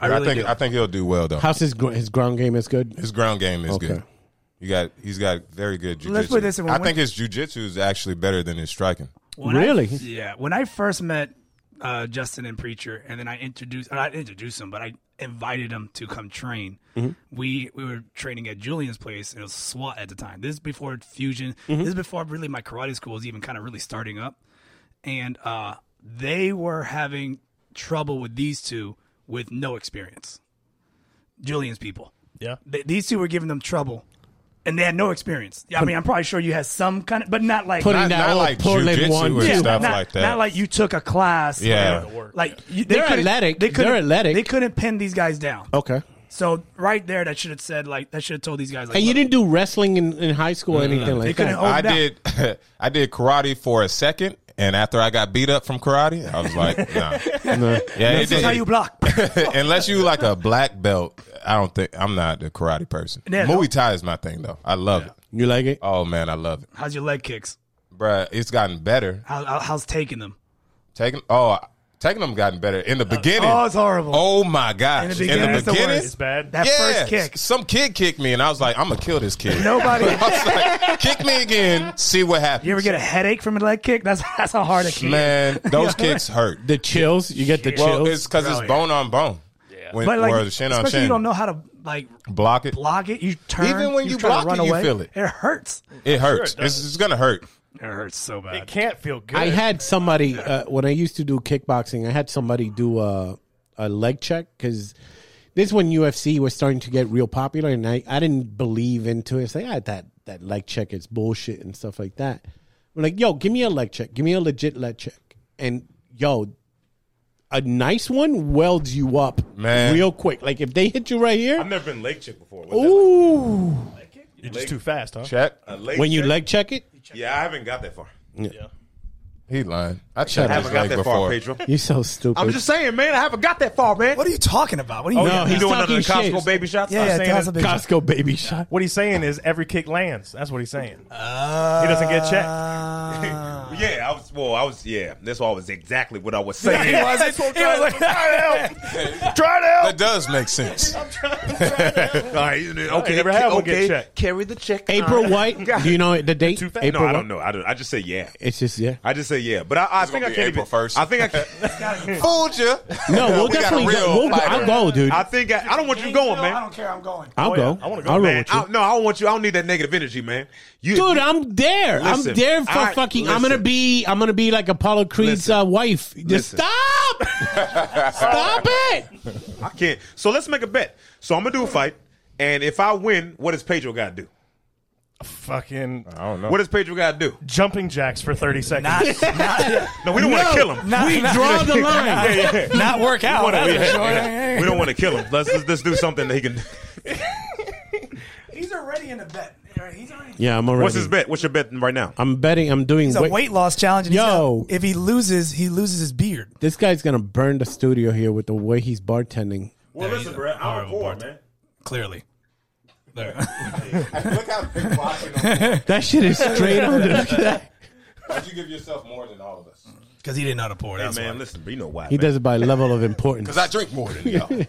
B: I
G: I,
B: really
G: think
B: do.
G: I think he'll do well though.
E: How's his gr- his ground game is good?
G: His ground game is
E: Okay.
G: good. You got he's got very good jujitsu.
B: Let's put it this way,
G: I
B: when-
G: think his jujitsu is actually better than his striking.
B: When I-
E: Really?
B: yeah. When I first met uh, Justin and Preacher, and then I introduced, not introduced him, but I invited him to come train. We we were training at Julian's place, and it was SWAT at the time. This is before Fusion. This is before really my karate school was even kind of really starting up, and uh, they were having trouble with these two with no experience. Julian's people.
F: Yeah.
B: Th- these two were giving them trouble. And they had no experience. I mean, I'm probably sure you had some kind of, but not like
E: Putting
G: Not-
E: that
G: not
E: old
G: like
E: Portland
G: jujitsu
E: one.
G: or
E: two.
G: stuff.
B: not,
G: like that.
B: Not like you took a class.
G: Yeah.
B: Like, like you,
E: They're
B: couldn't-
E: athletic. They're
B: couldn't-
E: athletic.
B: They couldn't pin these guys down.
E: Okay.
B: So right there, that should have said like that should have told these guys. Like,
E: And you
B: look,
E: didn't do wrestling in, in high school or anything
B: They
E: like
B: couldn't
E: that.
B: hold
G: I
B: it out.
G: did I did karate for a second, and after I got beat up from karate, I was like, nah. Yeah, it
B: This is how you
G: did.
B: block.
G: unless you like a black belt, I don't think I'm not a karate person.
B: Yeah, no.
G: Muay Thai is my thing though. I love it.
E: You like it?
G: Oh man, I love it,
B: How's your leg kicks?
G: Bruh, It's gotten better.
B: How, how, how's taking them?
G: Taking oh, taking them gotten better in the beginning.
B: Oh, it's horrible.
G: Oh my gosh!
B: In the beginning,
G: in the
B: that's the
G: beginning,
B: worst.
F: It's bad.
B: that
G: yeah,
B: first kick.
G: Some kid kicked me, and I was like, "I'm gonna kill this kid."
B: Nobody.
G: I was like, "Kick me again, see what happens."
B: You ever get a headache from a leg kick? That's that's how hard a kick. is.
G: man? Those kicks hurt.
E: The chills. You get the
G: Well,
E: chills.
G: it's because
B: Bro,
G: it's
B: Oh, yeah.
G: bone on bone. Yeah. When,
B: But like,
G: or the shin on
B: especially
G: shin.
B: you don't know how to like
G: Block it.
B: block it. You turn.
G: Even when you
B: try to
G: block it,
B: run
G: you
B: away.
G: feel it.
B: It hurts.
G: It hurts.
F: it does.
G: it's, it's gonna hurt.
B: It hurts so bad.
F: It can't feel good.
E: I had somebody uh, when I used to do kickboxing. I had somebody do a a leg check because this is when UFC was starting to get real popular, and I, I didn't believe into it. It's like ah, that that leg check is bullshit and stuff like that. I'm like, yo, give me a leg check. Give me a legit leg check. And yo, a nice one welds you up
G: Man.
E: real quick. Like if they hit you right
I: I've
E: here,
I: never been leg chick before. What's
E: ooh,
F: You're just too fast, huh?
G: Check.
I: that? A leg
E: when you
I: check?
E: leg check it,
I: Yeah, I haven't got that far.
G: He lying. I checked
E: up.
G: his
C: haven't got
G: leg
C: that
G: before.
C: far, Pedro.
E: you're so stupid.
C: I'm just saying, man. I haven't got that far, man.
B: What are you talking about? What are you?
E: no, he's
C: doing
E: talking
C: another Costco
E: shit.
C: baby shots?
B: yeah, yeah,
F: saying
B: tell
F: it-
B: us a bit.
E: Costco baby shot.
F: What he's saying is every kick lands. That's what he's saying. he doesn't get
C: Uh,
F: checked.
C: Yeah, I was. Well, I was. Yeah, that's what I was exactly what I was saying.
B: He was- he was like,
F: Try to help.
G: That does make sense.
C: All right, okay,
F: never had one get
C: okay.
F: checked.
C: Carry the check.
E: April White. Do you know the date?
C: Too fat?
E: April
C: no, I
E: White?
C: don't know. I don't. I just say yeah.
E: It's just yeah.
C: I just say yeah. But I, I
G: It's
C: think I
G: gonna
C: can't
G: be April
C: even.
G: 1st.
C: I think I can.
G: Fooled you.
E: No, we'll
G: We got a
E: definitely
G: real
E: go. We'll go.
G: fighter.
E: I'll go, dude.
C: I think I, I don't want you going, man.
B: care. I'm going.
E: I'll
F: Oh,
E: go.
F: yeah. I wanna go.
E: I'll roll
F: Man,
E: with you.
C: I, no, I don't want you. I don't need that negative energy, man. You,
E: Dude, I'm there.
C: Listen,
E: I'm there for
C: I-
E: fucking. I'm gonna
C: listen.
E: be. I'm gonna be like Apollo Creed's
C: Listen.
E: uh, wife. Just
C: Listen.
E: stop. stop it.
C: I can't. So let's make a bet. So I'm gonna do a fight, and if I win, what does Pedro got to do?
F: Fucking
G: I don't know.
C: What does Pedro got to do?
F: jumping jacks for 30 seconds.
C: No, we don't want to kill him.
E: we draw the line.
B: Not work out.
C: we, we don't want to kill him. Let's, let's let's do something that he can.
B: He's already in the bet. He's already.
E: Yeah, I'm already.
C: What's his bet? What's your bet right now?
E: I'm betting. I'm doing.
B: It's a
E: Wait,
B: weight loss challenge. And he's
E: Yo.
B: gonna- if he loses, he loses his beard.
E: This guy's gonna burn the studio here with the way he's bartending.
I: Well, listen, bro, I'm bored, man.
B: Clearly. There.
G: Look how big boxing on
E: That shit is straight on. the- Look at that.
G: Why'd you give yourself more than all of us?
B: Because he didn't know how to pour. That's
C: man,
B: why.
C: listen, but you know why?
E: He
C: man.
E: does it by level of importance.
G: Because I drink more than y'all.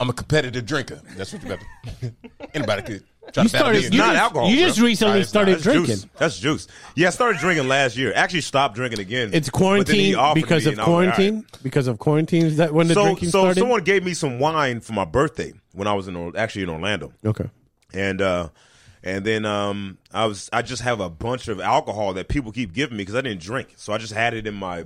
G: I'm a competitive drinker. That's what you better. Anybody could try
E: You
G: to battle me.
E: started.
G: in
E: You
C: not
E: just,
C: alcohol,
E: You just
C: bro.
E: recently
G: Nah, it's not.
E: started
C: That's
E: drinking.
C: Juice. That's juice. Yeah, I started drinking last year. Actually, stopped drinking again.
E: It's
C: But then he
E: quarantine
C: offered
E: because of
C: me, and I was like,
E: quarantine. Because of quarantine, is that when the
C: all right. So,
E: drinking
C: so
E: started?
C: someone gave me some wine for my birthday when I was in Or- actually in Orlando,
E: okay.
C: and uh, and then um, I was I just have a bunch of alcohol that people keep giving me because I didn't drink, so I just had it in my,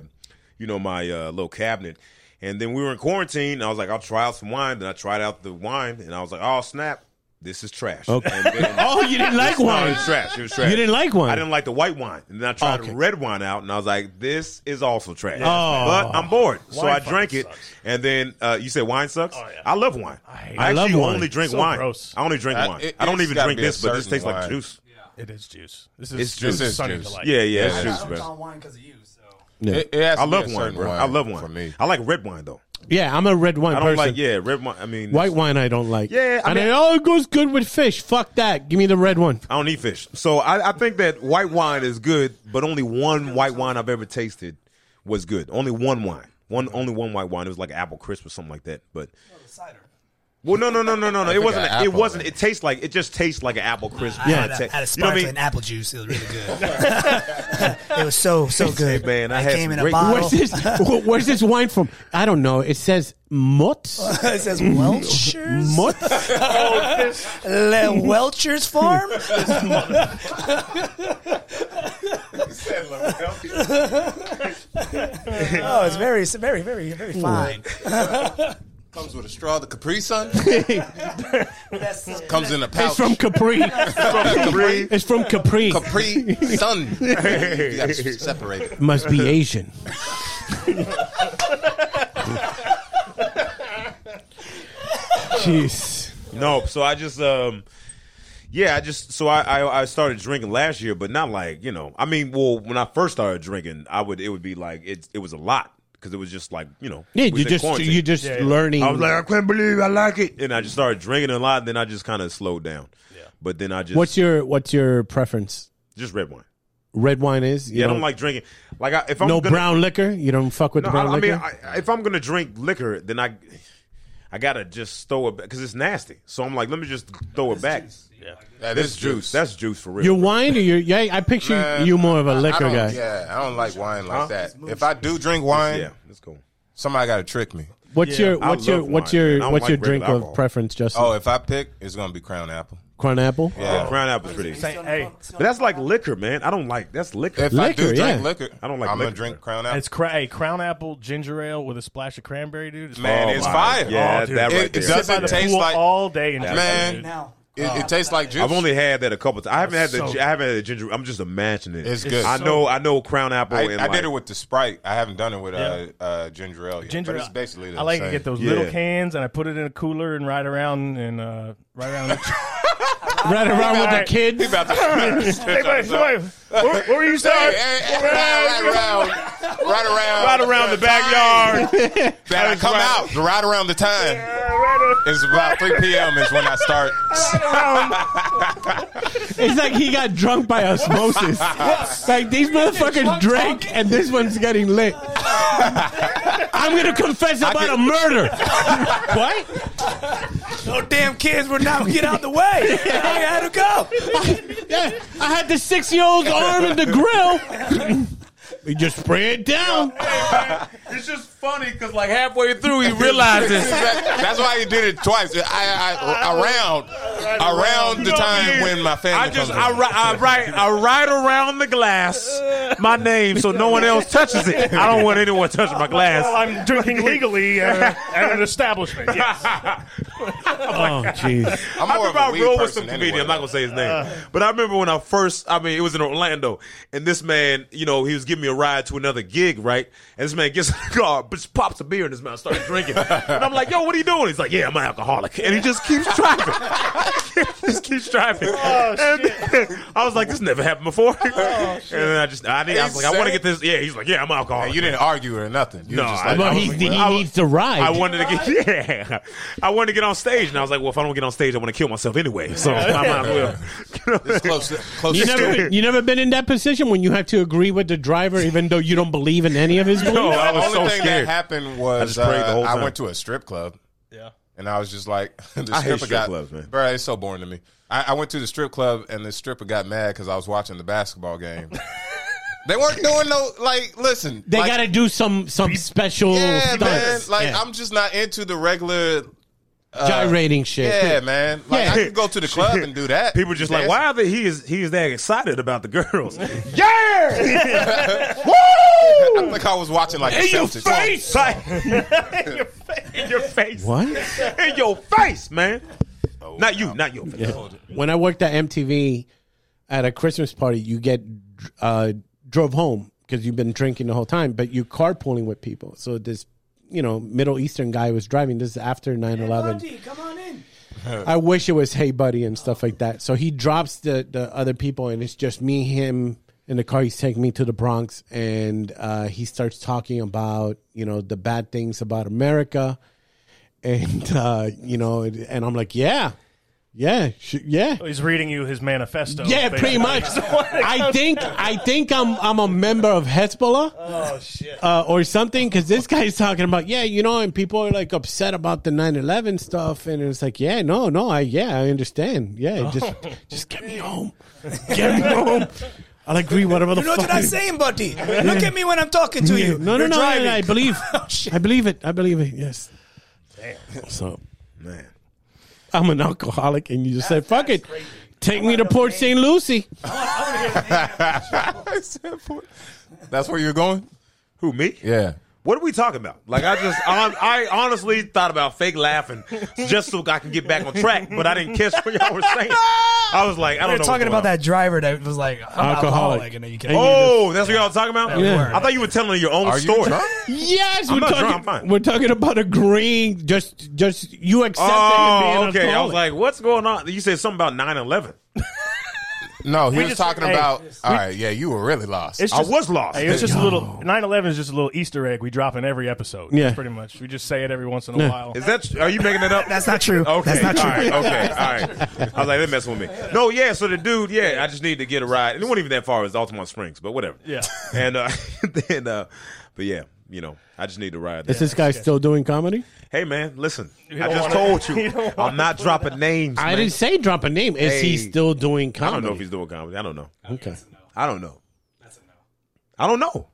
C: you know, my uh, little cabinet. And then we were in quarantine, and I was like, I'll try out some wine. Then I tried out the wine, and I was like, oh snap, this is trash.
E: Okay.
C: And then-
E: Oh, you didn't like
C: No, it
E: wine.
C: was trash. It was trash.
E: You didn't like wine.
C: I didn't like the white wine. And then I tried
E: Okay.
C: red wine out, and I was like, this is also trash.
E: Oh.
C: But I'm bored. So
F: Wine
C: I drank
F: fucking
C: it.
F: sucks.
C: And then uh, you said wine sucks?
F: Oh, yeah.
C: I love wine. I,
F: hate it.
E: I
C: actually
E: love wine.
C: only drink
F: So
C: wine.
F: gross.
C: I only drink
G: I-
C: wine.
G: Uh, it-
C: I don't
G: it's
C: even
G: gotta
C: drink
G: be a
C: this, but this
G: certain
C: tastes like
G: wine.
C: juice.
F: It is juice. This is
C: It's juice.
F: This is
G: This is
F: Sunny
G: juice.
F: Delight.
C: Yeah, yeah, it's
G: Yeah.
C: juice,
B: I was
C: bro.
B: on wine because of you. So
E: Yeah.
G: It, it has to
C: I
G: be a
C: love wine,
G: certain
C: bro. I love wine.
G: for me.
C: I like red wine though.
E: yeah, I'm a red wine
C: I
E: person.
C: don't like yeah, red wine. I mean,
E: White wine I don't like.
C: Yeah, I
E: and
C: mean-
E: they, oh, it goes good with fish. Fuck that. Give me the red one.
C: I don't eat fish. So I, I think that white wine is good, but only one white wine I've ever tasted was good. Only one wine. One only one white wine. It was like apple crisp or something like that. But
B: cider.
C: well, no, no, no, no, no, no. It wasn't.
G: an
C: It
G: apple
C: wasn't. It tastes like it just tastes like an apple crisp.
B: I had
C: It
B: a,
C: ta-
B: had a
C: you know what I
B: sparkling
C: mean?
B: apple juice. It was really good. it was so so good.
C: man, I
B: it
C: had
B: came
C: some
B: in a
C: great-
E: Where's
B: bottle.
E: this? wh- Where's this wine from? I don't know. It says Mutz.
B: it says Welchers.
E: Mutz.
B: Le Welchers Farm. oh, it's very, it's very, very, very fine.
G: Comes with a straw. The Capri Sun
B: That's-
G: comes in a
E: It's
G: pouch.
E: from Capri.
C: Capri.
E: It's from Capri.
G: Capri Sun. you got to separate it.
E: Must be Asian. Jeez.
C: No, so I just um yeah, I just so I, I I started drinking last year, but not like, you know. I mean, well, when I first started drinking, I would it would be like it it was a lot cuz it was just like, you know,
E: Yeah,
C: we was
E: you're
C: in
E: just
C: quarantine.
E: you're just learning.
C: I was like, I can't believe I like it. And I just started drinking a lot, then I just kind of slowed down. Yeah. But then I just
E: what's your what's your preference?
C: just red wine.
E: Red wine is. You
C: Yeah, I don't like drinking. Like I, if I'm
E: no
C: gonna,
E: brown liquor. You don't fuck with
C: No,
E: the brown
C: I, I
E: liquor.
C: mean, I, if I'm gonna drink liquor, then I, I gotta just throw it because it's nasty. So I'm like, let me just throw it back.
G: That is juice.
C: That's juice for real.
E: your wine or your yeah? I picture
G: Man,
E: you more of a
G: I
E: liquor
G: don't,
E: guy.
G: Yeah, I don't like wine like that. If I do drink wine,
C: yeah, that's cool.
G: somebody got to trick me.
E: What's
F: Yeah.
E: your
C: I
E: what's your
C: love
E: what's
C: wine,
E: your
C: man. I don't
E: what's your
C: like
E: drink
C: regular
E: of
C: alcohol.
E: preference, Justin?
G: Oh, if I pick, it's gonna be Crown Apple.
E: Crown apple.
C: Yeah,
G: Yeah.
C: brown apple's pretty.
F: Say, hey,
C: But that's like liquor, man. I don't like that's liquor.
G: If I do
E: Liquor,
G: drink
E: yeah.
G: liquor,
C: I don't like
G: I'm
C: liquor.
G: gonna drink Crown Apple.
F: it's cra- hey, crown apple ginger ale with a splash of cranberry, dude. It's
G: Man,
F: fire.
G: it's
C: my-
G: fire.
C: Yeah,
F: Oh, dude.
C: that right
G: It- it
C: there.
F: Sit by
G: doesn't
F: the
G: taste
F: pool
G: like
F: all day and drink
G: man.
F: it, dude.
B: now.
G: It, it tastes like juice.
C: I've only had that a couple times. I haven't had the.
F: so
C: I haven't had the ginger. I'm just imagining it.
G: It's good.
C: I
G: It's
C: know. I know. Crown apple.
G: I,
C: and
G: I
C: like-
G: did it with the Sprite. I haven't done it with uh,
F: Yeah.
G: uh, ginger ale. Yet,
F: Ginger
G: but
F: ale.
G: it's basically. The
F: I like
G: same.
F: to get those
C: Yeah.
F: little cans and I put it in a cooler and ride around and uh, ride around.
E: Right around with the
F: Alright.
E: kids.
G: He about to-
F: hey, buddy, somebody, what, what were you
G: Hey,
F: saying?
G: hey, hey, right around, right around,
C: right around the backyard.
G: That I come out right around the time. It's about 3 p.m. is when I start.
E: It's like he got drunk by osmosis. like these motherfuckers drank, and this one's getting lit. I'm gonna confess about a murder. what?
B: No damn kids were not get out the way. I had to go.
E: Yeah, I had the six-year-old's arm in the grill. we just spray it down.
C: it's just funny because like halfway through he realizes.
G: That's why he did it twice. I, I, around, around the time when my family
C: I just
G: comes
C: I,
G: over.
C: ri- I write I write around the glass my name so no one else touches it. I don't want anyone touching my
F: Well,
C: glass.
F: I'm drinking legally uh, at an establishment. Yes.
E: Oh, jeez.
G: I'm
C: I
G: more of
C: remember
G: a
C: I
G: weed
C: rolled with
G: person
C: some
G: anyway,
C: comedian. I'm not
G: though.
C: gonna say his name, but I remember when I first. I mean, it was in Orlando, and this man, you know, he was giving me a ride to another gig, right? And this man gets in the car, but just pops a beer in his mouth, starts drinking, and I'm like, "Yo, what are you doing?" He's like, "Yeah, I'm an alcoholic," and he just keeps driving. just keeps driving. and I was like, "This never happened before," and then I just, I, need, I was like, "I want to get this." Yeah, he's like, "Yeah, I'm an alcoholic."
G: Hey, you didn't argue or nothing. You
C: oh, No,
G: just
C: I-
G: like, oh,
E: Well,
C: was
E: he,
C: like,
E: he
C: well, I-
E: needs to ride.
C: I wanted to get yeah. I wanted to get on stage, and I was like, well, if I don't get on stage, I want to kill myself anyway. So I might as well. You know?
G: it's close, close
E: you
G: to
E: never, you never been in that position when you have to agree with the driver, even though you don't believe in any of his beliefs.
C: No, I
G: The
C: was
G: only
C: so
G: thing
C: scared.
G: that happened
C: just
G: was I,
C: prayed the whole
G: uh, I
C: time.
G: went to a strip club.
F: Yeah.
G: And I was just like, the
C: I hate
G: stripper
C: strip
G: got,
C: clubs, man.
G: Bruh, it's so boring to me. I, I went to the strip club and the stripper got mad because I was watching the basketball game. they weren't doing no like. Listen,
E: They
G: like,
E: got to do some some special
G: yeah, man.
E: stunts.
G: Like
E: Yeah.
G: I'm just not into the regular. uh,
E: gyrating shit.
G: Yeah, man. Like
E: Yeah.
G: I could go to the club and do that.
C: People just like,
G: Dance.
C: why are they, he is he is that excited about the girls? yeah,
G: I think I was watching like the
C: in your
G: Celtics.
C: face, Like- in your face, in your face,
E: What?
C: in your face, man.
G: Oh,
C: Not you, not you.
E: when I worked at MTV at a Christmas party, you get uh, drove home because you've been drinking the whole time, but you carpooling with people. So this, you know, Middle Eastern guy was driving. This is after 9 11.
B: come on in.
E: I wish it was Hey Buddy and stuff like that. So he drops the, the other people, and it's just me, him in the car. He's taking me to the Bronx, and uh, he starts talking about, you know, the bad things about America. And, uh, you know, and I'm like, yeah, yeah, sh- yeah.
F: He's reading you his manifesto.
B: Oh,
E: Yeah, pretty much. I think I think I'm I'm a member of Hezbollah
F: Oh shit!
E: uh, or something because this guy's talking about yeah, you know, and people are like upset about the 9/11 stuff, and it's like yeah, no, no, I yeah, I
B: Oh.
E: understand. Yeah, just just get me home, get me home. I'll agree whatever the
B: You know
E: fuck.
B: what I'm
E: you-
B: saying, buddy? Look at me when I'm talking to you.
E: No, no, no,
B: You're
E: no,
B: driving. Oh,
E: I believe.
B: shit.
E: I believe it. I believe it. Yes. So,
C: Man.
E: I'm an alcoholic, and you just said fuck it. Take me to Port St. Lucie.
G: That's where you're going?
C: Who, me?
G: Yeah.
C: What are we talking about? Like I just, I, I honestly thought about fake laughing just so I can get back on track, but I didn't catch what y'all were saying. I was like, I don't
B: You're
C: know.
B: talking
C: what's
B: about
C: going
B: that driver that was like I'm alcoholic,
E: Alcoholic.
B: and then you
E: And
B: can.
E: you-
C: on. Oh, that's what y'all talking about.
B: Yeah.
C: I thought you were telling your own
G: Are you
C: story.
G: drunk?
E: Yes, we're
C: not
E: talking,
C: drunk, I'm fine.
E: we're talking about agreeing. Just, just you accepting.
C: Oh,
E: it being
C: okay. I was
E: alcoholic.
C: like, what's going on? You said something about 9-11.
G: No, he was
F: just-
G: talking
F: hey,
G: about. all right, yeah, you were really lost.
F: It's
C: I
F: just,
C: was lost.
F: hey, it's just a little. 9-11 is just a little Easter egg we drop in every episode.
E: Yeah.
F: pretty much. We just say it every once in a while.
C: Is that? Are you making that up?
B: That's not true.
C: Okay.
B: That's not true.
C: All right. Okay. All right. I was like, they're messing with me. No, yeah. So the dude, yeah, I just need to get a ride. And it wasn't even that far. It was Altamont Springs, but whatever.
F: Yeah.
C: And uh, then, uh, but yeah, you know, I just need to ride.
E: Is this guy still doing comedy?
C: Hey, man, listen. I
F: don't
C: just
F: wanna-
C: told you,
F: you don't
C: I'm not dropping names.
E: I
C: man.
E: didn't say drop a name. Is he
C: Hey.
E: still doing
C: I
E: comedy?
C: don't know if he's doing comedy. I don't know.
E: okay.
C: I don't know. I don't know.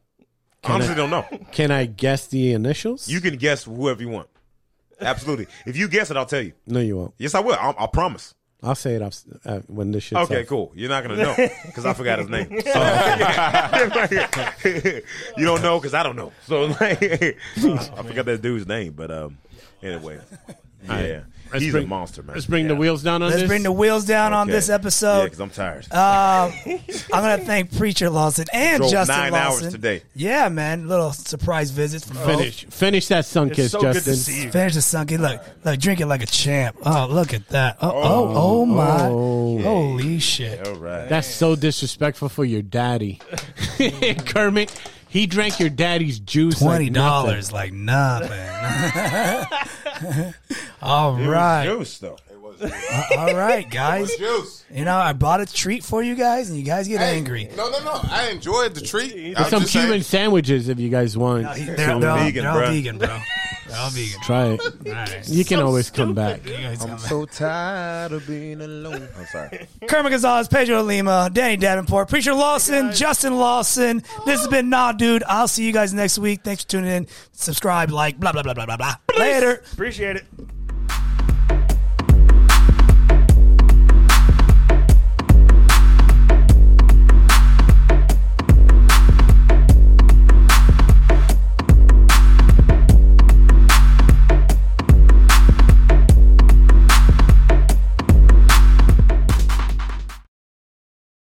C: Honestly, don't know.
E: Can I guess the initials?
C: You can guess whoever you want. Absolutely. If you guess it, I'll tell you.
E: no, you won't.
C: Yes, I will. I, I promise.
E: I'll say it off, uh, when this shit's
C: Okay,
E: off.
C: cool. You're not gonna know because I forgot his name. So, you don't know because I don't know. So like, I forgot that dude's name. But um, anyway, yeah, he's a
E: bring-
C: monster, man.
E: Let's bring the wheels down on
B: Let's
E: this.
B: bring the wheels down on
C: Okay.
B: this
C: Yeah,
B: episode.
C: because I'm tired.
B: Um, I'm gonna thank Preacher Lawson and
C: Drove
B: Justin
C: nine hours
B: Lawson
C: today.
B: Yeah, man, little surprise visits from both.
E: finish. Finish that sun
F: It's
E: kiss,
F: so
E: Justin.
F: good to see you.
B: Finish the sunken. Look, look, drink it like a champ. Oh, look at that. Oh, oh, oh my.
E: oh.
B: Holy shit.
C: All right.
E: That's so disrespectful for your daddy, Kermit. He drank your daddy's juice. like
B: Twenty dollars, like nah, man. all right, Uh,
C: Juice though.
B: all right, guys.
G: Juice.
B: You know, I brought a treat for you guys, and you guys get
G: Hey,
B: angry.
G: No, no, no. I enjoyed the treat.
E: nothing.
G: I'm
E: Some
G: just
E: Cuban
G: saying-
E: sandwiches if you guys want.
B: They're, they're all,
C: vegan,
B: they're all
C: bruh.
B: vegan, bro. They're all vegan.
E: Try it.
B: All right.
E: You can always come back.
B: You guys come back.
C: So tired of being alone. I'm sorry.
B: Kermit Gonzalez, Pedro Lima, Danny Davenport, Preacher Lawson, Justin Lawson. This has been Nah Dude. I'll see you guys next week. Thanks for tuning in. Subscribe, like, blah, blah, blah, blah, blah, blah. Later.
F: Appreciate it.